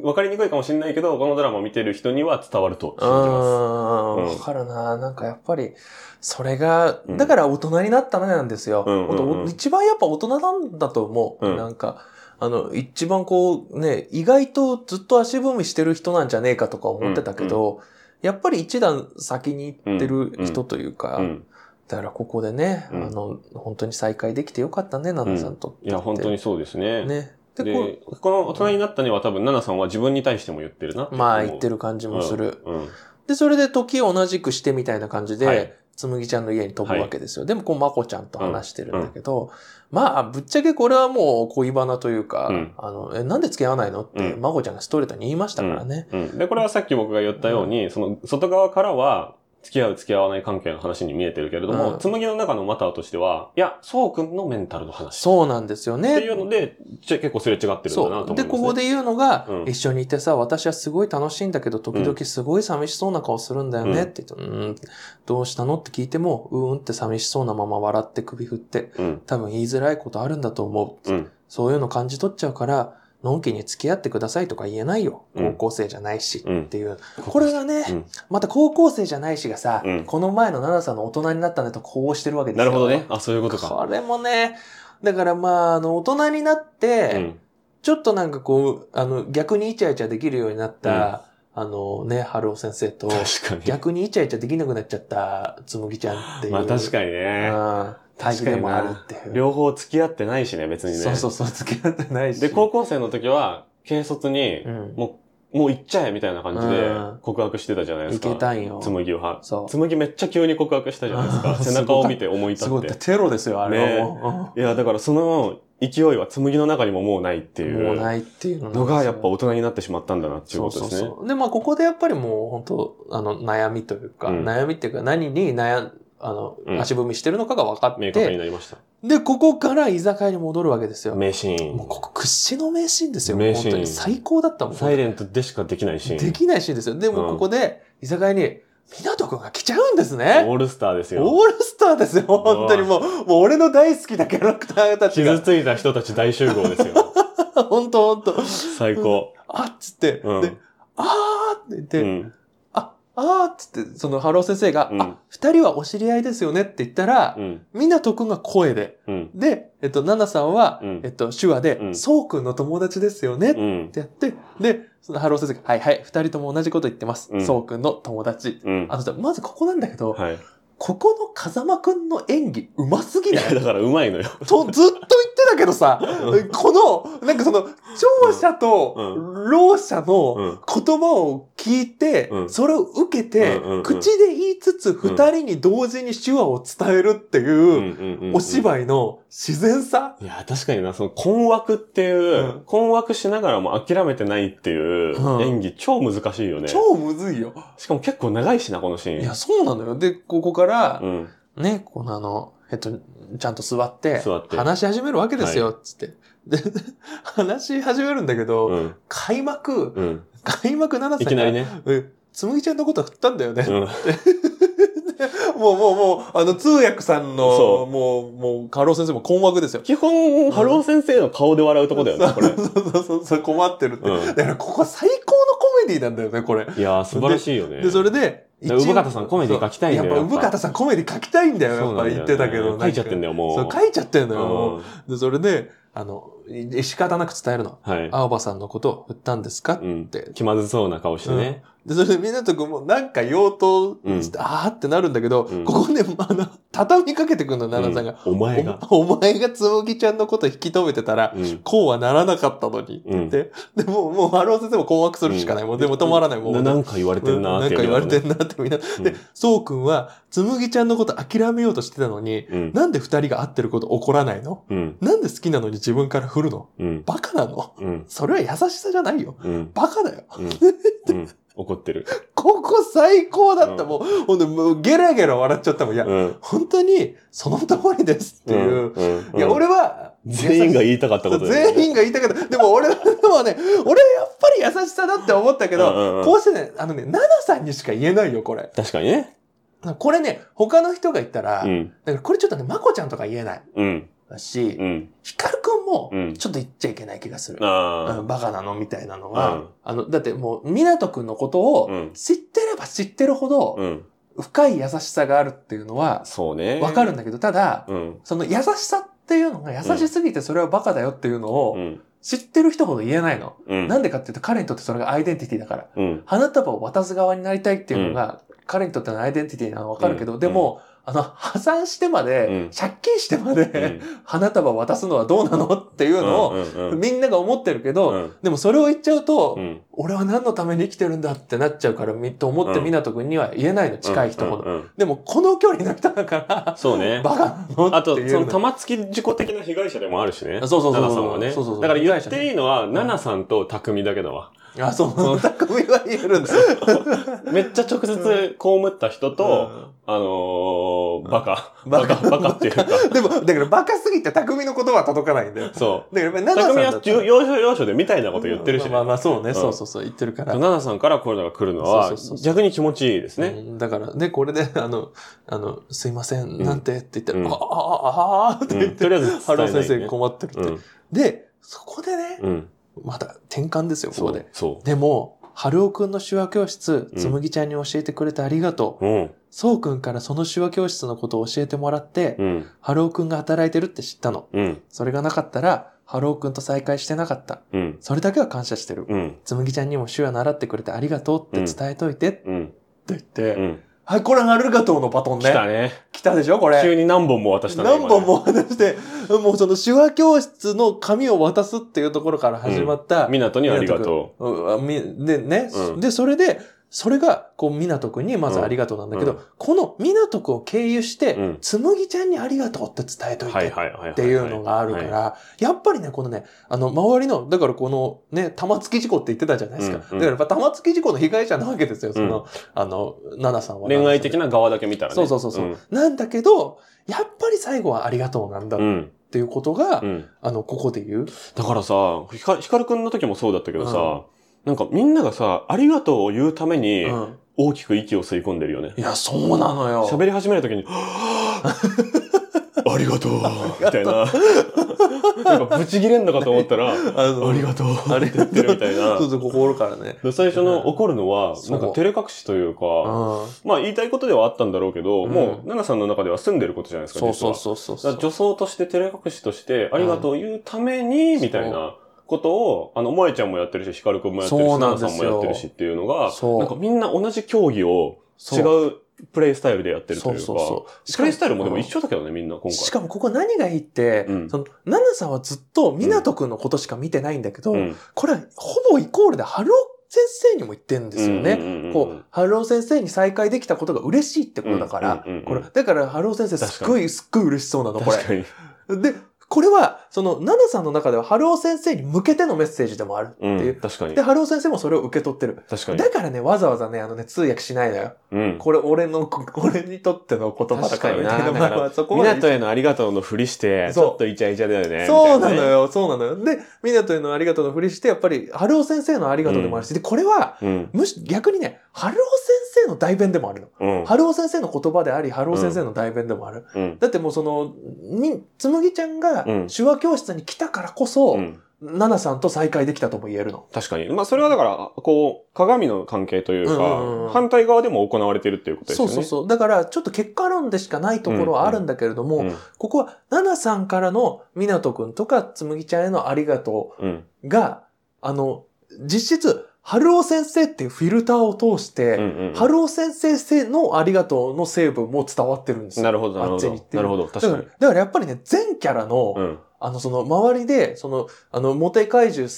[SPEAKER 2] わかりにくいかもしれないけど、このドラマを見てる人には伝わると信じま
[SPEAKER 3] うん
[SPEAKER 2] うん
[SPEAKER 3] わかるな。なんかやっぱり、それが、
[SPEAKER 2] うん
[SPEAKER 3] だから大人になったねなんですよ。
[SPEAKER 2] うんうんうん
[SPEAKER 3] ほんと一番やっぱ大人なんだと思う。
[SPEAKER 2] うん
[SPEAKER 3] なんか、あの、一番こう、ね、意外とずっと足踏みしてる人なんじゃねえかとか思ってたけど、やっぱり一段先に行ってる人というか、
[SPEAKER 2] す。うん。
[SPEAKER 3] だからここでね、
[SPEAKER 2] うん
[SPEAKER 3] あの、本当に再会できてよかったね、ナナさんと。
[SPEAKER 2] いや、本当にそうですね。
[SPEAKER 3] ね。で、
[SPEAKER 2] で
[SPEAKER 3] こ
[SPEAKER 2] この大人になったには多分、ナナさんは自分に対しても言ってるな。
[SPEAKER 3] う、まあ言って
[SPEAKER 2] る
[SPEAKER 3] る感じもする。
[SPEAKER 2] うん。
[SPEAKER 3] で、それで時を同じくしてみたいな感じで、
[SPEAKER 2] はい
[SPEAKER 3] つむぎちゃんの家に飛ぶわけですよ。でも、こう、まこちゃんと話してるんだけど、まあ、ぶっちゃけこれはもう恋バナというか、
[SPEAKER 2] うん
[SPEAKER 3] あの、え、なんで付き合わないのって、
[SPEAKER 2] うん
[SPEAKER 3] まこちゃんがストレートに言いましたからね。
[SPEAKER 2] うん。で、これはさっき僕が言ったように、その外側からは、付き合う付き合わない関係の話に見えてるけれども、
[SPEAKER 3] うん
[SPEAKER 2] 紬の中のマターとしては、いや、そうくんのメンタルの話。
[SPEAKER 3] そうなんですよね。
[SPEAKER 2] っていうので、ちょ結構すれ違ってるんだなと思います、
[SPEAKER 3] そう。
[SPEAKER 2] ね。
[SPEAKER 3] で、ここで言うのが、
[SPEAKER 2] うん
[SPEAKER 3] 一緒にいてさ、私はすごい楽しいんだけど、時々すごい寂しそうな顔するんだよねって言って、うーん、どうしたのって聞いても、うーんって寂しそうなまま笑って首振って、
[SPEAKER 2] うん。
[SPEAKER 3] 多分言いづらいことあるんだと思う。
[SPEAKER 2] うん。
[SPEAKER 3] そういうの感じ取っちゃうから、のんきに付き合ってくださいとか言えないよ。
[SPEAKER 2] うん
[SPEAKER 3] 高校生じゃないし。
[SPEAKER 2] うん
[SPEAKER 3] っ。ていう。これがね、
[SPEAKER 2] うん
[SPEAKER 3] また高校生じゃないしがさ、
[SPEAKER 2] うん
[SPEAKER 3] この前の奈々さんの大人になったねとこうしてるわけです
[SPEAKER 2] な
[SPEAKER 3] よ。
[SPEAKER 2] るほどね。。あ、そういうことか。
[SPEAKER 3] これもね、だからまあ、あの、大人になって、
[SPEAKER 2] うん。
[SPEAKER 3] ちょっとなんかこう、あの、逆にイチャイチャできるようになった、あのね、春尾先生と、
[SPEAKER 2] 確か
[SPEAKER 3] 逆にイチャイチャできなくなっちゃったつむぎちゃんってい
[SPEAKER 2] に。ま
[SPEAKER 3] う。
[SPEAKER 2] あ確かにね。
[SPEAKER 3] うん対比でもあるっていう。
[SPEAKER 2] 両方付き合ってないしね、別にね。
[SPEAKER 3] そうそうそう、付き合ってないし。
[SPEAKER 2] で、高校生の時は、軽率に
[SPEAKER 3] う、ん。
[SPEAKER 2] もう、もう行っちゃえみたいな感じで
[SPEAKER 3] うん
[SPEAKER 2] 告白してたじゃないで
[SPEAKER 3] い
[SPEAKER 2] すか。
[SPEAKER 3] けたんよ。
[SPEAKER 2] 紬をは。
[SPEAKER 3] そ
[SPEAKER 2] 紬めっちゃ急に告白したじゃないです
[SPEAKER 3] あ
[SPEAKER 2] か。
[SPEAKER 3] ー。
[SPEAKER 2] 背中を見て思いう立
[SPEAKER 3] すご
[SPEAKER 2] っ
[SPEAKER 3] い。
[SPEAKER 2] て。
[SPEAKER 3] テロですよ、あれはも
[SPEAKER 2] いや、だからその勢いは紬の中にももうないって
[SPEAKER 3] う。
[SPEAKER 2] い
[SPEAKER 3] もう
[SPEAKER 2] う
[SPEAKER 3] ないっていうのなんです
[SPEAKER 2] の
[SPEAKER 3] よ
[SPEAKER 2] がやっぱ大人になってしまったんだなっていう
[SPEAKER 3] そ
[SPEAKER 2] こ
[SPEAKER 3] う
[SPEAKER 2] と
[SPEAKER 3] そう
[SPEAKER 2] ですね。
[SPEAKER 3] そう。で、まあ、ここでやっぱりもう、本当あの、悩みというか、
[SPEAKER 2] うん
[SPEAKER 3] 悩みっていうか、何に悩、あの、
[SPEAKER 2] うん
[SPEAKER 3] 足踏みしてるのかが分かっ
[SPEAKER 2] 明確
[SPEAKER 3] て
[SPEAKER 2] に、なりました。
[SPEAKER 3] で、ここから居酒屋に戻るわけですよ。も
[SPEAKER 2] 名シーン
[SPEAKER 3] う。ここ屈指の名シーンですよ。
[SPEAKER 2] 名シーン
[SPEAKER 3] 本当に最高だったもん。
[SPEAKER 2] サイレントでしかできないシーン。
[SPEAKER 3] できないシーンですよ。で
[SPEAKER 2] うん
[SPEAKER 3] もここで居酒屋に、港くんが来ちゃうんですね。
[SPEAKER 2] オールスターですよ。
[SPEAKER 3] オールスターですよ。本当にもう、もう俺の大好きなキャラクターたち
[SPEAKER 2] 傷
[SPEAKER 3] が。
[SPEAKER 2] ついた人たち大集合 ですよ。
[SPEAKER 3] 本当本当
[SPEAKER 2] 最高。
[SPEAKER 3] あっつって、
[SPEAKER 2] うん。
[SPEAKER 3] で、あーって言って、
[SPEAKER 2] うん
[SPEAKER 3] あ、あーっつって、そのハロー先生が、
[SPEAKER 2] うん
[SPEAKER 3] あ、二人はお知り合いですよねって言ったら
[SPEAKER 2] う、ん。
[SPEAKER 3] 港くんが声で。
[SPEAKER 2] うん。
[SPEAKER 3] で、えっと、ナナさんは、
[SPEAKER 2] うん
[SPEAKER 3] えっと、手話で、
[SPEAKER 2] うん
[SPEAKER 3] そうくんの友達ですよねっ
[SPEAKER 2] うん
[SPEAKER 3] っ。てやって、で、そのハロー先生が、はいはい、二人とも同じこと言ってます
[SPEAKER 2] う。ん
[SPEAKER 3] そうくんの友達。
[SPEAKER 2] うん。
[SPEAKER 3] あのさ、まずここなんだけど、
[SPEAKER 2] はい。
[SPEAKER 3] ここの風間くんの演技うますぎ
[SPEAKER 2] い
[SPEAKER 3] な
[SPEAKER 2] や、
[SPEAKER 3] い
[SPEAKER 2] だからうまいのよ。
[SPEAKER 3] と、ずっと言ってたけどさ、
[SPEAKER 2] う
[SPEAKER 3] この、なんかその、聴者と
[SPEAKER 2] うん
[SPEAKER 3] ろ う者
[SPEAKER 2] う
[SPEAKER 3] の
[SPEAKER 2] ん。
[SPEAKER 3] 言葉を聞いて、
[SPEAKER 2] うん
[SPEAKER 3] それを受けて、
[SPEAKER 2] うんうんうん
[SPEAKER 3] 口で言いつつ二人に同時に手話を伝えるって
[SPEAKER 2] うん
[SPEAKER 3] いう、
[SPEAKER 2] うんうん。
[SPEAKER 3] お芝居の自然さ。
[SPEAKER 2] いや、確かにな、その困惑っていう、
[SPEAKER 3] うん
[SPEAKER 2] 困惑しながらも諦めてないっていう
[SPEAKER 3] うん
[SPEAKER 2] 演技、超難しいよね。
[SPEAKER 3] 超むずいよ。
[SPEAKER 2] しかも結構長いしな、このシーン。
[SPEAKER 3] いや、そうなのよ。で、ここから、
[SPEAKER 2] うん。
[SPEAKER 3] ね、このあの、えっと、ちゃんと座って、
[SPEAKER 2] 座って
[SPEAKER 3] 話し始めるわけですよ、つって。で、 話し始めるんだけど、
[SPEAKER 2] うん。
[SPEAKER 3] 開幕、
[SPEAKER 2] うん。
[SPEAKER 3] 開幕7歳
[SPEAKER 2] いきなり。ね。
[SPEAKER 3] うんつむぎちゃんのこと振ったんだよね。
[SPEAKER 2] うん。
[SPEAKER 3] もうもうもう、あの、通訳さん
[SPEAKER 2] そ
[SPEAKER 3] の、もう、もう、カロー先生も困惑ですよ。
[SPEAKER 2] 基本、ハロー先生の顔で笑うとこだよね、これ。
[SPEAKER 3] そうそうそうそう、困ってるって。
[SPEAKER 2] うん
[SPEAKER 3] だから、ここは最高のコメディなんだよね、これ。
[SPEAKER 2] いやー、素晴らしいよね。
[SPEAKER 3] で、それで、
[SPEAKER 2] だから
[SPEAKER 3] 一応
[SPEAKER 2] 生方さんコメディ書きたいんだよ
[SPEAKER 3] そうやっぱ、
[SPEAKER 2] やっ
[SPEAKER 3] 生
[SPEAKER 2] ぱ
[SPEAKER 3] 方さんコメディ書きたいんだよ、や
[SPEAKER 2] そう
[SPEAKER 3] っ
[SPEAKER 2] なん
[SPEAKER 3] ぱ
[SPEAKER 2] だよね
[SPEAKER 3] 言ってたけど。
[SPEAKER 2] 書いちゃってんだよ、も。
[SPEAKER 3] そうう、書いちゃってんのよ、も
[SPEAKER 2] う
[SPEAKER 3] う
[SPEAKER 2] ん
[SPEAKER 3] で、それで、あの、い仕方なく伝えるの。
[SPEAKER 2] はい。
[SPEAKER 3] 青葉さんのことを振ったんですかっ
[SPEAKER 2] うん。
[SPEAKER 3] て。
[SPEAKER 2] 気まずそうな顔してね。
[SPEAKER 3] で、それでみんなとこもなんか用途
[SPEAKER 2] うん
[SPEAKER 3] して、あーってなるんだけど、
[SPEAKER 2] うん
[SPEAKER 3] ここで、あの、畳みかけてくるの、奈々さんが。
[SPEAKER 2] うんお前が。
[SPEAKER 3] おお前がつむぎちゃんのこと引き止めてたら、
[SPEAKER 2] うん
[SPEAKER 3] こうはならなかったのに。
[SPEAKER 2] うん
[SPEAKER 3] で、でもう、もう、ハロー先生も困惑するしかない。もう、でも止まらない。もう、
[SPEAKER 2] ななんか言われてるなー
[SPEAKER 3] な
[SPEAKER 2] っ
[SPEAKER 3] ん
[SPEAKER 2] て
[SPEAKER 3] か
[SPEAKER 2] いう
[SPEAKER 3] 言われて
[SPEAKER 2] る。
[SPEAKER 3] んなってみんな。
[SPEAKER 2] うん
[SPEAKER 3] で、そうくんは、つむぎちゃんのこと諦めようとしてたのに、
[SPEAKER 2] うん。
[SPEAKER 3] なんで二人が会ってること怒らないの
[SPEAKER 2] うん。
[SPEAKER 3] なんで好きなのに自分から振るの
[SPEAKER 2] うん。
[SPEAKER 3] バカなの
[SPEAKER 2] うん。
[SPEAKER 3] それは優しさじゃないよ。
[SPEAKER 2] うん。
[SPEAKER 3] バカだよ。
[SPEAKER 2] うん。うん怒ってる。
[SPEAKER 3] ここ最高だった。
[SPEAKER 2] うん
[SPEAKER 3] もう、ほんで、もうゲラゲラ笑っちゃったもん。いや、
[SPEAKER 2] うん。
[SPEAKER 3] 本当に、その通りですっていう。
[SPEAKER 2] んん
[SPEAKER 3] いや、俺は、
[SPEAKER 2] 全員が言いたかったことだよね
[SPEAKER 3] 全員が言いたかった。でも俺は、でももね、俺やっぱり優しさだって思ったけ
[SPEAKER 2] うんうんう
[SPEAKER 3] ど、
[SPEAKER 2] ん
[SPEAKER 3] こうしてね、あのね、ナナさんにしか言えないよ、これ。
[SPEAKER 2] 確かにね。
[SPEAKER 3] これね、他の人が言ったら、
[SPEAKER 2] うん。
[SPEAKER 3] だからこれちょっとね、まこちゃんとか言えない。
[SPEAKER 2] うん。
[SPEAKER 3] だし
[SPEAKER 2] う、ん。
[SPEAKER 3] ヒカルくんも
[SPEAKER 2] う、ん。
[SPEAKER 3] ちょっと言っちゃいけない気がする。う
[SPEAKER 2] あ
[SPEAKER 3] んバカなのみたいなのが、
[SPEAKER 2] うん
[SPEAKER 3] あの、だってもう、港くんのこと
[SPEAKER 2] あ。う
[SPEAKER 3] を、
[SPEAKER 2] ん。
[SPEAKER 3] 知ってれば知ってるほど、
[SPEAKER 2] うん。
[SPEAKER 3] 深い優しさがあるっていうのは、
[SPEAKER 2] そうね。
[SPEAKER 3] わかるんだけど、ただ、
[SPEAKER 2] うん。
[SPEAKER 3] その優しさっていうのが優しすぎてそれはバカだよっていうの
[SPEAKER 2] う
[SPEAKER 3] を
[SPEAKER 2] ん。
[SPEAKER 3] 知ってる人ほど言えないの。
[SPEAKER 2] うん。
[SPEAKER 3] なんでかっていうと彼にとってそれがアイデンティティだから。
[SPEAKER 2] うん。
[SPEAKER 3] 花束を渡す側になりたいっていうのが彼にとってのアイデンティティなのわかるけ
[SPEAKER 2] う
[SPEAKER 3] ど、
[SPEAKER 2] ん
[SPEAKER 3] でも、あの、破産して
[SPEAKER 2] う
[SPEAKER 3] ま
[SPEAKER 2] ん
[SPEAKER 3] で、借金してまで、花束を渡すのはどうなのっていうの
[SPEAKER 2] うん
[SPEAKER 3] を、みんなが思ってるけ
[SPEAKER 2] う
[SPEAKER 3] ど、
[SPEAKER 2] ん
[SPEAKER 3] でもそれを言っちゃうと
[SPEAKER 2] う、ん。
[SPEAKER 3] 俺は何のために生きてるんだってなっちゃうから、みと思って
[SPEAKER 2] うん
[SPEAKER 3] 湊くんには言えないの、近い人ほど。
[SPEAKER 2] うんうんうん
[SPEAKER 3] でも、この距離の人だから、
[SPEAKER 2] そうね。
[SPEAKER 3] バカなの
[SPEAKER 2] あと
[SPEAKER 3] って、いう
[SPEAKER 2] その玉突き事故的な被害者でもあるしね。
[SPEAKER 3] そうそうそうそう
[SPEAKER 2] ナナさんはね。
[SPEAKER 3] そうそうそう
[SPEAKER 2] だから
[SPEAKER 3] 被
[SPEAKER 2] 言
[SPEAKER 3] 害
[SPEAKER 2] っ
[SPEAKER 3] 者ね
[SPEAKER 2] ていいのは、ナナさんと匠だけだわ。
[SPEAKER 3] あ、そう、匠は言えるんだ。
[SPEAKER 2] めっちゃ直接被った人と、あのー、バ カ。
[SPEAKER 3] うん
[SPEAKER 2] バカ、バカっていう か。
[SPEAKER 3] でも、だからバカすぎて匠の言葉は届かないんだよ。
[SPEAKER 2] そう。
[SPEAKER 3] だからやっぱり奈々
[SPEAKER 2] 匠
[SPEAKER 3] さんだ
[SPEAKER 2] は
[SPEAKER 3] ったら、
[SPEAKER 2] 要要所要所でみたいなこと言ってるしね。
[SPEAKER 3] まあまあそうね、
[SPEAKER 2] ん
[SPEAKER 3] そうそうそう、言ってるから。
[SPEAKER 2] ナナさんからこういうのが来るのは
[SPEAKER 3] そうそうそう、そう
[SPEAKER 2] 逆に気持ちいいですね。
[SPEAKER 3] うんだからね、これで、あの、あの、すいません、
[SPEAKER 2] ん
[SPEAKER 3] なんてって言ったら、
[SPEAKER 2] うん
[SPEAKER 3] ああ、ああ、ああ、って
[SPEAKER 2] う
[SPEAKER 3] 言っ
[SPEAKER 2] んと
[SPEAKER 3] て、
[SPEAKER 2] りあえず伝え
[SPEAKER 3] 春
[SPEAKER 2] な
[SPEAKER 3] 尾
[SPEAKER 2] いね
[SPEAKER 3] 先生困ってるって。
[SPEAKER 2] うん。
[SPEAKER 3] で、そこでね、
[SPEAKER 2] うん。
[SPEAKER 3] また転換ですよ、こ
[SPEAKER 2] そ
[SPEAKER 3] こ
[SPEAKER 2] う
[SPEAKER 3] で。。
[SPEAKER 2] そ
[SPEAKER 3] でも、春尾くんの手話教室、
[SPEAKER 2] うん
[SPEAKER 3] つむぎちゃんに教えてくれてありがとう。
[SPEAKER 2] う。うん。
[SPEAKER 3] そうくんからその手話教室のことを教えてもらって、
[SPEAKER 2] うん。
[SPEAKER 3] 春尾くんが働いてるって知ったの。
[SPEAKER 2] うん。
[SPEAKER 3] それがなかったら、春尾くんと再会してなかった。
[SPEAKER 2] うん。
[SPEAKER 3] それだけは感謝してる。
[SPEAKER 2] うん。
[SPEAKER 3] つむぎちゃんにも手話習ってくれてありがとうって伝えといてって
[SPEAKER 2] うん。
[SPEAKER 3] 言って、
[SPEAKER 2] うん。
[SPEAKER 3] はい、これありがとうのバトン
[SPEAKER 2] 来
[SPEAKER 3] ね。
[SPEAKER 2] たね。
[SPEAKER 3] 来たでしょ、これ。
[SPEAKER 2] 急に何本も渡したね
[SPEAKER 3] 何本。も渡して、もうその手話教室の紙を渡すっていうところから始まった。
[SPEAKER 2] 今ね港にありがと
[SPEAKER 3] う。あみでね、
[SPEAKER 2] うん
[SPEAKER 3] で、それで、それが、こう、港くんにまず
[SPEAKER 2] うん
[SPEAKER 3] ありがとうなんだけど、
[SPEAKER 2] うん
[SPEAKER 3] この港くんを経由して、
[SPEAKER 2] うん
[SPEAKER 3] つむぎちゃんにありがとうって伝え
[SPEAKER 2] う。
[SPEAKER 3] とい
[SPEAKER 2] はい
[SPEAKER 3] て
[SPEAKER 2] はいはいはい。
[SPEAKER 3] っていうのがあるから、やっぱりね、このね、あの、周りの、だからこのね、玉突き事故って言ってたじゃないですか。
[SPEAKER 2] うんうん
[SPEAKER 3] だからやっぱ玉突き事故の被害者なわけですよ、その、あの、奈々さんは。
[SPEAKER 2] 恋愛的な側だけ見たらね。
[SPEAKER 3] そうそうそうそう
[SPEAKER 2] うん
[SPEAKER 3] なんだけど、やっぱり最後はありがとうなんだっ
[SPEAKER 2] うん。
[SPEAKER 3] ていうことが、
[SPEAKER 2] うん。
[SPEAKER 3] あの、ここで言う。
[SPEAKER 2] だからさ、ひかひかるくんの時もそうだったけどさ、なんかみんながさ、ありがとうを言うために
[SPEAKER 3] うん
[SPEAKER 2] 大きく息を吸い込んでるよね。
[SPEAKER 3] いや、そうなのよ。
[SPEAKER 2] 喋り始めるときに、はぁありがとう みたいな。なんかブチ切れんのかと思ったら、あ
[SPEAKER 3] あの
[SPEAKER 2] りがとう
[SPEAKER 3] あ
[SPEAKER 2] っ
[SPEAKER 3] り
[SPEAKER 2] て言
[SPEAKER 3] が
[SPEAKER 2] ってるみたいな
[SPEAKER 3] とう。そうそう、心からね。
[SPEAKER 2] で最初の怒るのは、
[SPEAKER 3] そう
[SPEAKER 2] なんか照れ隠しという
[SPEAKER 3] うん
[SPEAKER 2] か、。まあ言いたいことではあったんだろうけど、
[SPEAKER 3] うん
[SPEAKER 2] もう奈々さんの中では住んでることじゃないですか、
[SPEAKER 3] そうそう
[SPEAKER 2] 実は
[SPEAKER 3] そうそう
[SPEAKER 2] だから女装として照れ隠しとして、ありがとう言うために、みたいなことを、あの、萌ちゃんもやってるし、ヒカルくんもやってるし、
[SPEAKER 3] そうなん
[SPEAKER 2] 奈
[SPEAKER 3] ですよ
[SPEAKER 2] 々さんもやってるしっていうのが、
[SPEAKER 3] そう
[SPEAKER 2] なんかみんな同じ競技を
[SPEAKER 3] そう
[SPEAKER 2] 違うプレイスタイルでやってるというか、
[SPEAKER 3] そうそうそう
[SPEAKER 2] プレイスタイルもでも一緒だけどね、みんな今回。
[SPEAKER 3] しかもここ何がいいって、
[SPEAKER 2] うん
[SPEAKER 3] その、ナナさんはずっと港くんのことしか見てないんだけど、
[SPEAKER 2] うん
[SPEAKER 3] これはほぼイコールで春尾先生にも言ってんですよね。
[SPEAKER 2] うんうんうんうん
[SPEAKER 3] こう、春尾先生に再会できたことが嬉しいってことだから、
[SPEAKER 2] うんうんうんうん
[SPEAKER 3] これ、だから春尾先生すっごいすっごい嬉しそうなの、こ
[SPEAKER 2] 確か
[SPEAKER 3] れ。
[SPEAKER 2] に。
[SPEAKER 3] で、これは、その、奈々さんの中では春尾先生に向けてのメッセージでもあるって
[SPEAKER 2] う
[SPEAKER 3] い
[SPEAKER 2] ん、
[SPEAKER 3] う。
[SPEAKER 2] 確かに
[SPEAKER 3] で、。春尾先生もそれを受け取ってる。
[SPEAKER 2] 確かに。
[SPEAKER 3] だからね、わざわざね、あのね、通訳しないのよ。
[SPEAKER 2] うん。
[SPEAKER 3] これ、俺の、 こ俺にとっての言葉だ
[SPEAKER 2] 確か
[SPEAKER 3] か
[SPEAKER 2] らに
[SPEAKER 3] み
[SPEAKER 2] な。
[SPEAKER 3] た
[SPEAKER 2] だ
[SPEAKER 3] いな。
[SPEAKER 2] か
[SPEAKER 3] まあま
[SPEAKER 2] ら
[SPEAKER 3] あそこまで
[SPEAKER 2] 港へのありがとうのふりして、ち
[SPEAKER 3] そう
[SPEAKER 2] ょっとイチャイチャだよね。
[SPEAKER 3] そうな
[SPEAKER 2] み
[SPEAKER 3] の
[SPEAKER 2] たいね。
[SPEAKER 3] よ、そうなのよ。で、みなとへのありがとうのふりして、やっぱり、春尾先生のありがとうでもあるし、で、これは、
[SPEAKER 2] うん。
[SPEAKER 3] むし、逆にね、春尾先生の代弁でもあるの。
[SPEAKER 2] うん。
[SPEAKER 3] 春尾先生の言葉であり、春尾先生の代弁でもある。
[SPEAKER 2] うん。
[SPEAKER 3] だってもうその、に、つむぎちゃんが
[SPEAKER 2] うん
[SPEAKER 3] 手話教室に来たからこそ、
[SPEAKER 2] うん
[SPEAKER 3] ナナさんと再会できたとも言えるの。
[SPEAKER 2] 確かに。まあ、それはだから、こう、鏡の関係というか、
[SPEAKER 3] うんうんうん
[SPEAKER 2] 反対側でも行われてるっていうことです
[SPEAKER 3] そ
[SPEAKER 2] よ
[SPEAKER 3] う
[SPEAKER 2] ね。
[SPEAKER 3] そうそう。だから、ちょっと結果論でしかないところはあるんだけれども、
[SPEAKER 2] うん。
[SPEAKER 3] ここは、ナナさんからの、みなとくんとか、つむぎちゃんへのありがと
[SPEAKER 2] うん。
[SPEAKER 3] うが、あの、実質、春尾先生っていうフィルターを通して、
[SPEAKER 2] うんうんうん
[SPEAKER 3] 春尾先生のありがとうの成分も伝わってるんですよ。
[SPEAKER 2] なるほど、なる
[SPEAKER 3] あっ
[SPEAKER 2] ほ
[SPEAKER 3] ちに行っ
[SPEAKER 2] ど。
[SPEAKER 3] て
[SPEAKER 2] な
[SPEAKER 3] る
[SPEAKER 2] るほど、
[SPEAKER 3] だか
[SPEAKER 2] 確
[SPEAKER 3] ら
[SPEAKER 2] かに。
[SPEAKER 3] だからやっぱりね、全キャラの、
[SPEAKER 2] うん。
[SPEAKER 3] あの、その、周りで、その、あの、モテ怪獣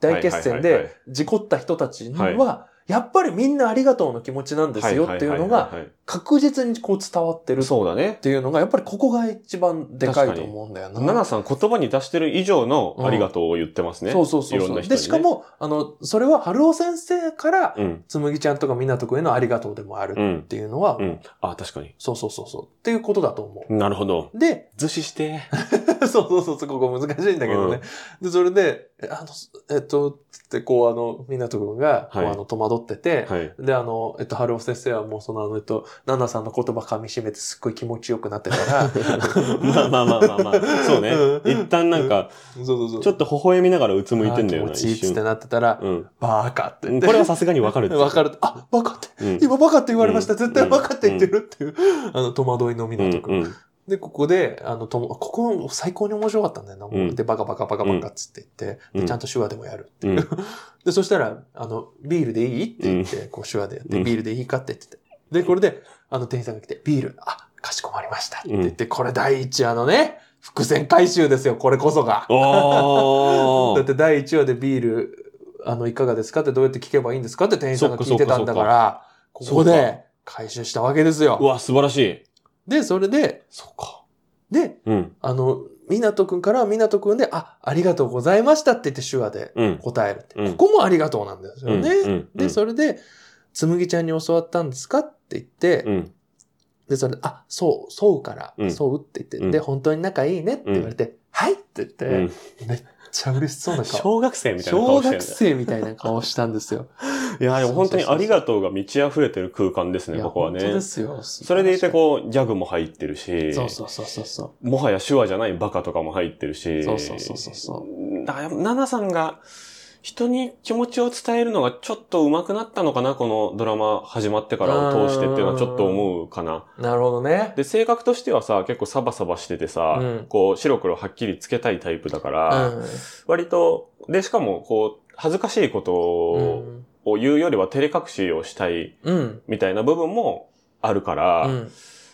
[SPEAKER 3] 大決戦
[SPEAKER 2] はいはいはいは
[SPEAKER 3] で
[SPEAKER 2] い
[SPEAKER 3] 事故った人たちに
[SPEAKER 2] はい
[SPEAKER 3] は、やっぱりみんなありがとうの気持ちなんですよっていうのが
[SPEAKER 2] はははは、
[SPEAKER 3] 確実にこう伝わってるっ
[SPEAKER 2] そうだね。
[SPEAKER 3] ていうのが、やっぱりここが一番でかいと思うんだよな。
[SPEAKER 2] 奈々さん言葉に出してる以上のありがとうを言ってますね。
[SPEAKER 3] そうそうそう
[SPEAKER 2] いろ
[SPEAKER 3] そ
[SPEAKER 2] ん
[SPEAKER 3] う、
[SPEAKER 2] な人にね
[SPEAKER 3] で、しかも、あの、それは春尾先生から、
[SPEAKER 2] うん。
[SPEAKER 3] つむぎちゃんとかみなとくんへのありがとうでもある
[SPEAKER 2] う
[SPEAKER 3] っ
[SPEAKER 2] ん。
[SPEAKER 3] ていうのは、
[SPEAKER 2] うん。あ、確かに。
[SPEAKER 3] そうそうそうそう、っていうことだと思う。
[SPEAKER 2] なるほど。
[SPEAKER 3] で、
[SPEAKER 2] 図示して。
[SPEAKER 3] そうそうそうそう、ここ難しいんだけどね。で、それで、えあの、すえっと、つって、こう、あの、港くんが、こう
[SPEAKER 2] はい
[SPEAKER 3] あの、戸惑ってて、
[SPEAKER 2] はい。
[SPEAKER 3] で、あの、えっと、春尾先生はもう、その、あの、えっと、奈々さんの言葉噛み締めてすっごい気持ちよくなって たら、
[SPEAKER 2] まあまあまあまあまあ。そうね
[SPEAKER 3] う。ん
[SPEAKER 2] 一旦なんか、
[SPEAKER 3] そうそうそう。
[SPEAKER 2] ちょっと微笑みながらうつむいてんだよ
[SPEAKER 3] あー
[SPEAKER 2] な、
[SPEAKER 3] 気持ちいい
[SPEAKER 2] 一
[SPEAKER 3] っつって
[SPEAKER 2] 瞬。
[SPEAKER 3] なってたら、
[SPEAKER 2] うん。
[SPEAKER 3] バカって言って。
[SPEAKER 2] これはさすがにわかる。
[SPEAKER 3] わかる。あ、バカって、
[SPEAKER 2] うん。
[SPEAKER 3] 今バカって言われました。
[SPEAKER 2] うん
[SPEAKER 3] 絶対バカって言ってるっていう、あの、戸惑いの
[SPEAKER 2] うん
[SPEAKER 3] 港くん。
[SPEAKER 2] うん。
[SPEAKER 3] で、ここで、あの、とも、ここ最高に面白かったんだよな。
[SPEAKER 2] うん
[SPEAKER 3] で、バカバカバカバカっつって言って、
[SPEAKER 2] うん
[SPEAKER 3] でちゃんと手話でもやるっていう。
[SPEAKER 2] うん
[SPEAKER 3] で、そしたら、あの、ビールでいいって言って、こう手話でやって、
[SPEAKER 2] うん
[SPEAKER 3] ビールでいいかって言ってて。で、これで、あの、店員さんが来て、ビール、あ、かしこまりましたって言って、これ第一話のね、伏線回収ですよ、これこそが。
[SPEAKER 2] お
[SPEAKER 3] だっ
[SPEAKER 2] ー。
[SPEAKER 3] て第一話でビール、あの、いかがですかってどうやって聞けばいいんですかって店員さんが聞いてたんだから、こ
[SPEAKER 2] そっかそっか
[SPEAKER 3] こで回収したわけです
[SPEAKER 2] う
[SPEAKER 3] よ。
[SPEAKER 2] わ、素晴らしい。
[SPEAKER 3] で、それで、
[SPEAKER 2] そうか。
[SPEAKER 3] で、
[SPEAKER 2] うん。
[SPEAKER 3] あの、みなとくんからみなとくんで、あ、ありがとうございましたって言って手話で
[SPEAKER 2] うん。
[SPEAKER 3] 答えるって。
[SPEAKER 2] うん
[SPEAKER 3] ここもありがとうなんですよね。
[SPEAKER 2] うんうん
[SPEAKER 3] で、それで、つむぎちゃんに教わったんですかって言って、
[SPEAKER 2] うん。
[SPEAKER 3] で、それで、あ、そう、そうから、
[SPEAKER 2] うん
[SPEAKER 3] そうって言って、
[SPEAKER 2] うん
[SPEAKER 3] で、本当に仲いいねって言われて、はいって言って、
[SPEAKER 2] う
[SPEAKER 3] めっ
[SPEAKER 2] ん。
[SPEAKER 3] ちゃ嬉しそうな顔。
[SPEAKER 2] 小学生 みたいな
[SPEAKER 3] 小
[SPEAKER 2] 顔してる
[SPEAKER 3] 学
[SPEAKER 2] ね。
[SPEAKER 3] 生みたいな顔したんですよ。
[SPEAKER 2] いや、でも本当に
[SPEAKER 3] そうそうそうそう
[SPEAKER 2] ありがとうが満ち溢れてる空間です
[SPEAKER 3] い
[SPEAKER 2] ね、
[SPEAKER 3] や
[SPEAKER 2] ここはね。
[SPEAKER 3] 本当ですよ。そ
[SPEAKER 2] それでいて、こう、ギャグも入ってるし、
[SPEAKER 3] そうそうそうそうそう。
[SPEAKER 2] もはや手話じゃないバカとかも入ってるし、
[SPEAKER 3] そうそうそうそうそ
[SPEAKER 2] だから、ナナさんが、人に気持ちを伝えるのがちょっと上手くなったのかな、このドラマ始まってからを通してっていうのはちょっと思うかな。
[SPEAKER 3] なるほどね。
[SPEAKER 2] で、性格としてはさ、結構サバサバしててさ、
[SPEAKER 3] うん
[SPEAKER 2] こう、白黒はっきりつけたいタイプだか
[SPEAKER 3] う
[SPEAKER 2] ら、
[SPEAKER 3] ん。
[SPEAKER 2] 割と、で、しかも、こう、恥ずかしいことを言うよりは照れ隠しをしたい
[SPEAKER 3] うん。
[SPEAKER 2] みたいな部分もあるから、
[SPEAKER 3] う
[SPEAKER 2] だ
[SPEAKER 3] ん。
[SPEAKER 2] か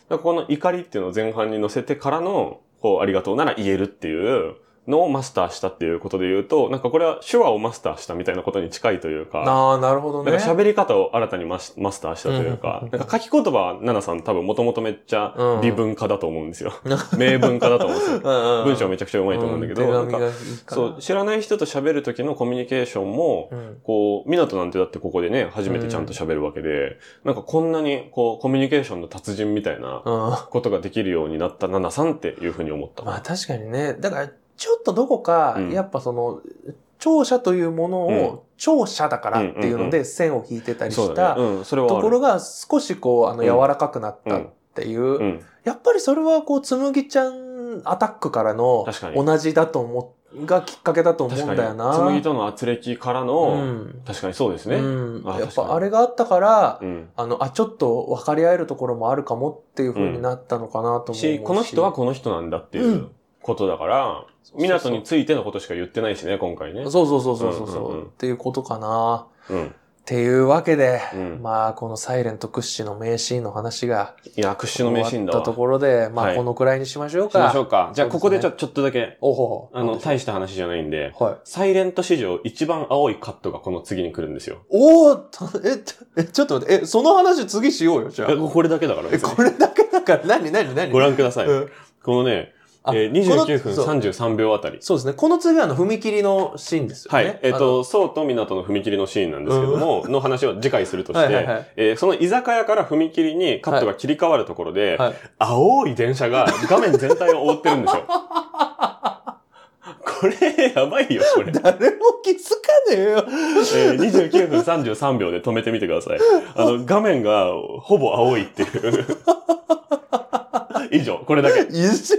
[SPEAKER 2] らこの怒りっていうのを前半に乗せてからの、こう、ありがとうなら言えるっていうのをマスターしたっていうことで言うと、なんかこれは手話をマスターしたみたいなことに近いというか、
[SPEAKER 3] ああ、なるほど
[SPEAKER 2] な
[SPEAKER 3] ね。
[SPEAKER 2] んか喋り方を新たにマスマスターしたという
[SPEAKER 3] う
[SPEAKER 2] か
[SPEAKER 3] ん、
[SPEAKER 2] なんか書き言葉は奈々さん多分もともとめっちゃ
[SPEAKER 3] うん
[SPEAKER 2] 美文化だと思うんです よ。名文化だと思うんですよ。文
[SPEAKER 3] 文
[SPEAKER 2] 章めちゃくちゃうまいと思うんだけど、
[SPEAKER 3] 手
[SPEAKER 2] なん
[SPEAKER 3] 紙
[SPEAKER 2] か
[SPEAKER 3] がいいかな
[SPEAKER 2] そう、知らない人と喋る時のコミュニケーションも、
[SPEAKER 3] うん
[SPEAKER 2] こう、港なんてだってここでね、初めてちゃんと喋るわけで、なんかこんなに、こう、コミュニケーションの達人みたいな
[SPEAKER 3] うん
[SPEAKER 2] ことができるようになったナナさんっていうふうに思った。
[SPEAKER 3] まあ確かにね。だから、ちょっとどこか
[SPEAKER 2] うん、
[SPEAKER 3] やっぱその、聴者というもの
[SPEAKER 2] うん
[SPEAKER 3] を、聴者だからっていう
[SPEAKER 2] うん
[SPEAKER 3] の
[SPEAKER 2] うん
[SPEAKER 3] で線を引いてたり
[SPEAKER 2] そ
[SPEAKER 3] し
[SPEAKER 2] うだ
[SPEAKER 3] た
[SPEAKER 2] ね。うん、それはある
[SPEAKER 3] ところが少しこう、あの、
[SPEAKER 2] うん
[SPEAKER 3] 柔らかくなったっていうう。
[SPEAKER 2] ん、
[SPEAKER 3] やっぱりそれはこう、つむぎちゃんアタックからの
[SPEAKER 2] 確か、に
[SPEAKER 3] 同じだと思う、がきっかけだと思
[SPEAKER 2] 確
[SPEAKER 3] う
[SPEAKER 2] か
[SPEAKER 3] ん
[SPEAKER 2] に
[SPEAKER 3] だよ。な。
[SPEAKER 2] 紬との圧力からの、
[SPEAKER 3] うん
[SPEAKER 2] 確かにそうですね。うん。
[SPEAKER 3] うん
[SPEAKER 2] あ
[SPEAKER 3] やっ
[SPEAKER 2] 確かに
[SPEAKER 3] ぱあれがあったから、あの、あ、ちょっと分かり合えるところもあるかもっていう風になったのかなとも思う
[SPEAKER 2] し、この人はこの人なんだっていううんことだから、
[SPEAKER 3] そうそうそ
[SPEAKER 2] 港
[SPEAKER 3] う
[SPEAKER 2] についてのことしか言ってないしね、今回ね。
[SPEAKER 3] そうそうそうそうそう,、
[SPEAKER 2] うんうんうん
[SPEAKER 3] っていうことかな。
[SPEAKER 2] うん。
[SPEAKER 3] っていうわけで、
[SPEAKER 2] うん
[SPEAKER 3] まあ、このサイレント屈指の名シーンの話が
[SPEAKER 2] いや、屈指の
[SPEAKER 3] 終
[SPEAKER 2] 名
[SPEAKER 3] わ
[SPEAKER 2] シーン
[SPEAKER 3] っ
[SPEAKER 2] だ
[SPEAKER 3] た
[SPEAKER 2] わ。
[SPEAKER 3] と
[SPEAKER 2] し
[SPEAKER 3] ころで、ま
[SPEAKER 2] は
[SPEAKER 3] あ、
[SPEAKER 2] い
[SPEAKER 3] このくらいにしましょうか。
[SPEAKER 2] ましょうか。じゃあ、
[SPEAKER 3] そうですね
[SPEAKER 2] ここでちょちょっとだけ、
[SPEAKER 3] おほほ
[SPEAKER 2] あの、大した話じゃないんで、
[SPEAKER 3] はい。
[SPEAKER 2] サイレント史上一番青いカットがこの次に来るんですよ。
[SPEAKER 3] おおえ、ちょえちょっと待って、え、その話次しようよ、じゃあ
[SPEAKER 2] え。これだけだから。
[SPEAKER 3] え、
[SPEAKER 2] 別に
[SPEAKER 3] これだけだから、何何何
[SPEAKER 2] ご覧ください。
[SPEAKER 3] うん
[SPEAKER 2] このね、
[SPEAKER 3] あ
[SPEAKER 2] えー29
[SPEAKER 3] こ
[SPEAKER 2] 分
[SPEAKER 3] のそう
[SPEAKER 2] 33秒あたり。
[SPEAKER 3] そうですね。この次はあの、踏切のシーンですよ
[SPEAKER 2] は
[SPEAKER 3] ね。
[SPEAKER 2] い。えっ、と、そうと港の踏切のシーンなんですけども、の話を次回するとして、
[SPEAKER 3] はいはいはい
[SPEAKER 2] えーその居酒屋から踏切にカットが切り替わるところで、
[SPEAKER 3] あの、はい。
[SPEAKER 2] 青い電車が画面全体を覆ってるんです よ。これ、やばいよ、これ。
[SPEAKER 3] 誰も気づかねえよ。
[SPEAKER 2] えー29分33秒で止めてみてください。あの、画面がほぼ青いっていう。 以上、これだけ。
[SPEAKER 3] 一緒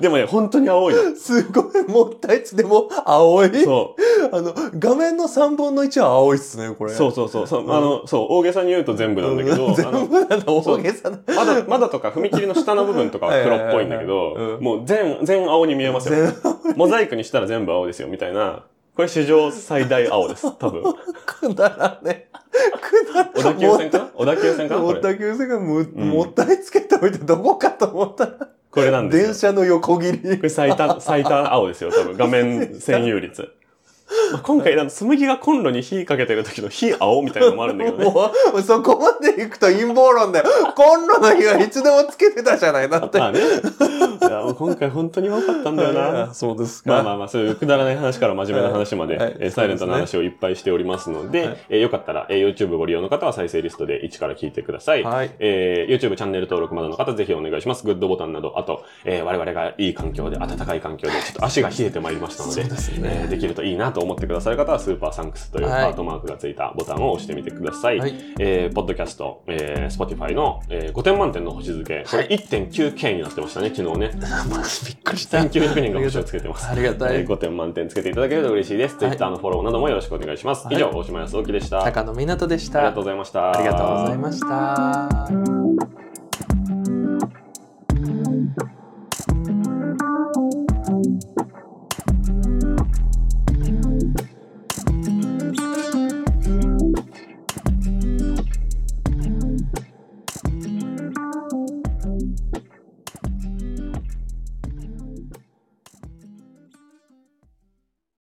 [SPEAKER 2] でもね、本当に青いの。
[SPEAKER 3] すごいもったいつでも青い。
[SPEAKER 2] そう。
[SPEAKER 3] あの、画面の3分の1は青いっすね、これ。
[SPEAKER 2] そうそうそうそう、あの、そう、大げさに言うと全部なんだけど、あ
[SPEAKER 3] 全
[SPEAKER 2] の、
[SPEAKER 3] 部なの
[SPEAKER 2] そう
[SPEAKER 3] 大げさな。
[SPEAKER 2] まだ、まだとか踏切の下の部分とかは黒っぽいんだけ
[SPEAKER 3] はいはいはいは
[SPEAKER 2] ど
[SPEAKER 3] い、うん
[SPEAKER 2] もう全、全青に見えますよ。
[SPEAKER 3] 全
[SPEAKER 2] モザイクにしたら全部青ですよ、みたいな。これ史上最大青です、多 分。
[SPEAKER 3] くだらねえ。くだらねえ。
[SPEAKER 2] 小田急線かな小田急線かなこ
[SPEAKER 3] もっ
[SPEAKER 2] れ。
[SPEAKER 3] た急線がむ、
[SPEAKER 2] ん
[SPEAKER 3] もったいつけておいてどこかと思ったら、
[SPEAKER 2] これなんですよ。
[SPEAKER 3] 電車の横切り
[SPEAKER 2] こ。れ最短、最短青ですよ、多分。画面占有率。まあ今回、あの、紬がコンロに火かけてる時の火青みたいなのもあるんだ けどね。
[SPEAKER 3] もう、そこまで行くと陰謀論だよ。コンロの火はいつでもつけてたじゃない。だって。
[SPEAKER 2] まあね。いや、もう今回本当に分かったんだよな。
[SPEAKER 3] そうですか。
[SPEAKER 2] まあまあまあ、そういうくだらない話から真面目な話まで、
[SPEAKER 3] はいはい
[SPEAKER 2] えーサイレントな話をいっぱいしておりますので、
[SPEAKER 3] はい
[SPEAKER 2] えーよかったら、えー YouTube ご利用の方は再生リストで1から聞いてください。
[SPEAKER 3] はい。
[SPEAKER 2] えー YouTube チャンネル登録までの方ぜひお願いします。グッドボタンなど、あと、えー我々がいい環境で、暖かい環境で、ちょっと足が冷えてまいりましたので、
[SPEAKER 3] そうですね
[SPEAKER 2] えーできるといいなと思ってくださる方は、スーパーサンクスという
[SPEAKER 3] はい
[SPEAKER 2] ハートマークがついたボタンを押してみてください。
[SPEAKER 3] はい
[SPEAKER 2] えー、ポッドキャスト、えー、Spotify の、えー5点満点の星付け、これ 1.9K になってましたね、昨日ね。
[SPEAKER 3] びっくりした。
[SPEAKER 2] 1900人が星をつけてます。
[SPEAKER 3] ありがたい
[SPEAKER 2] えー5点満点つけていただけると嬉しいです。
[SPEAKER 3] はい
[SPEAKER 2] Twitter のフォローなどもよろしくお願いします。
[SPEAKER 3] はい
[SPEAKER 2] 以上、大島康之でした。あり
[SPEAKER 3] 高野湊でした。
[SPEAKER 2] がとうございました。
[SPEAKER 3] ありがとうございました。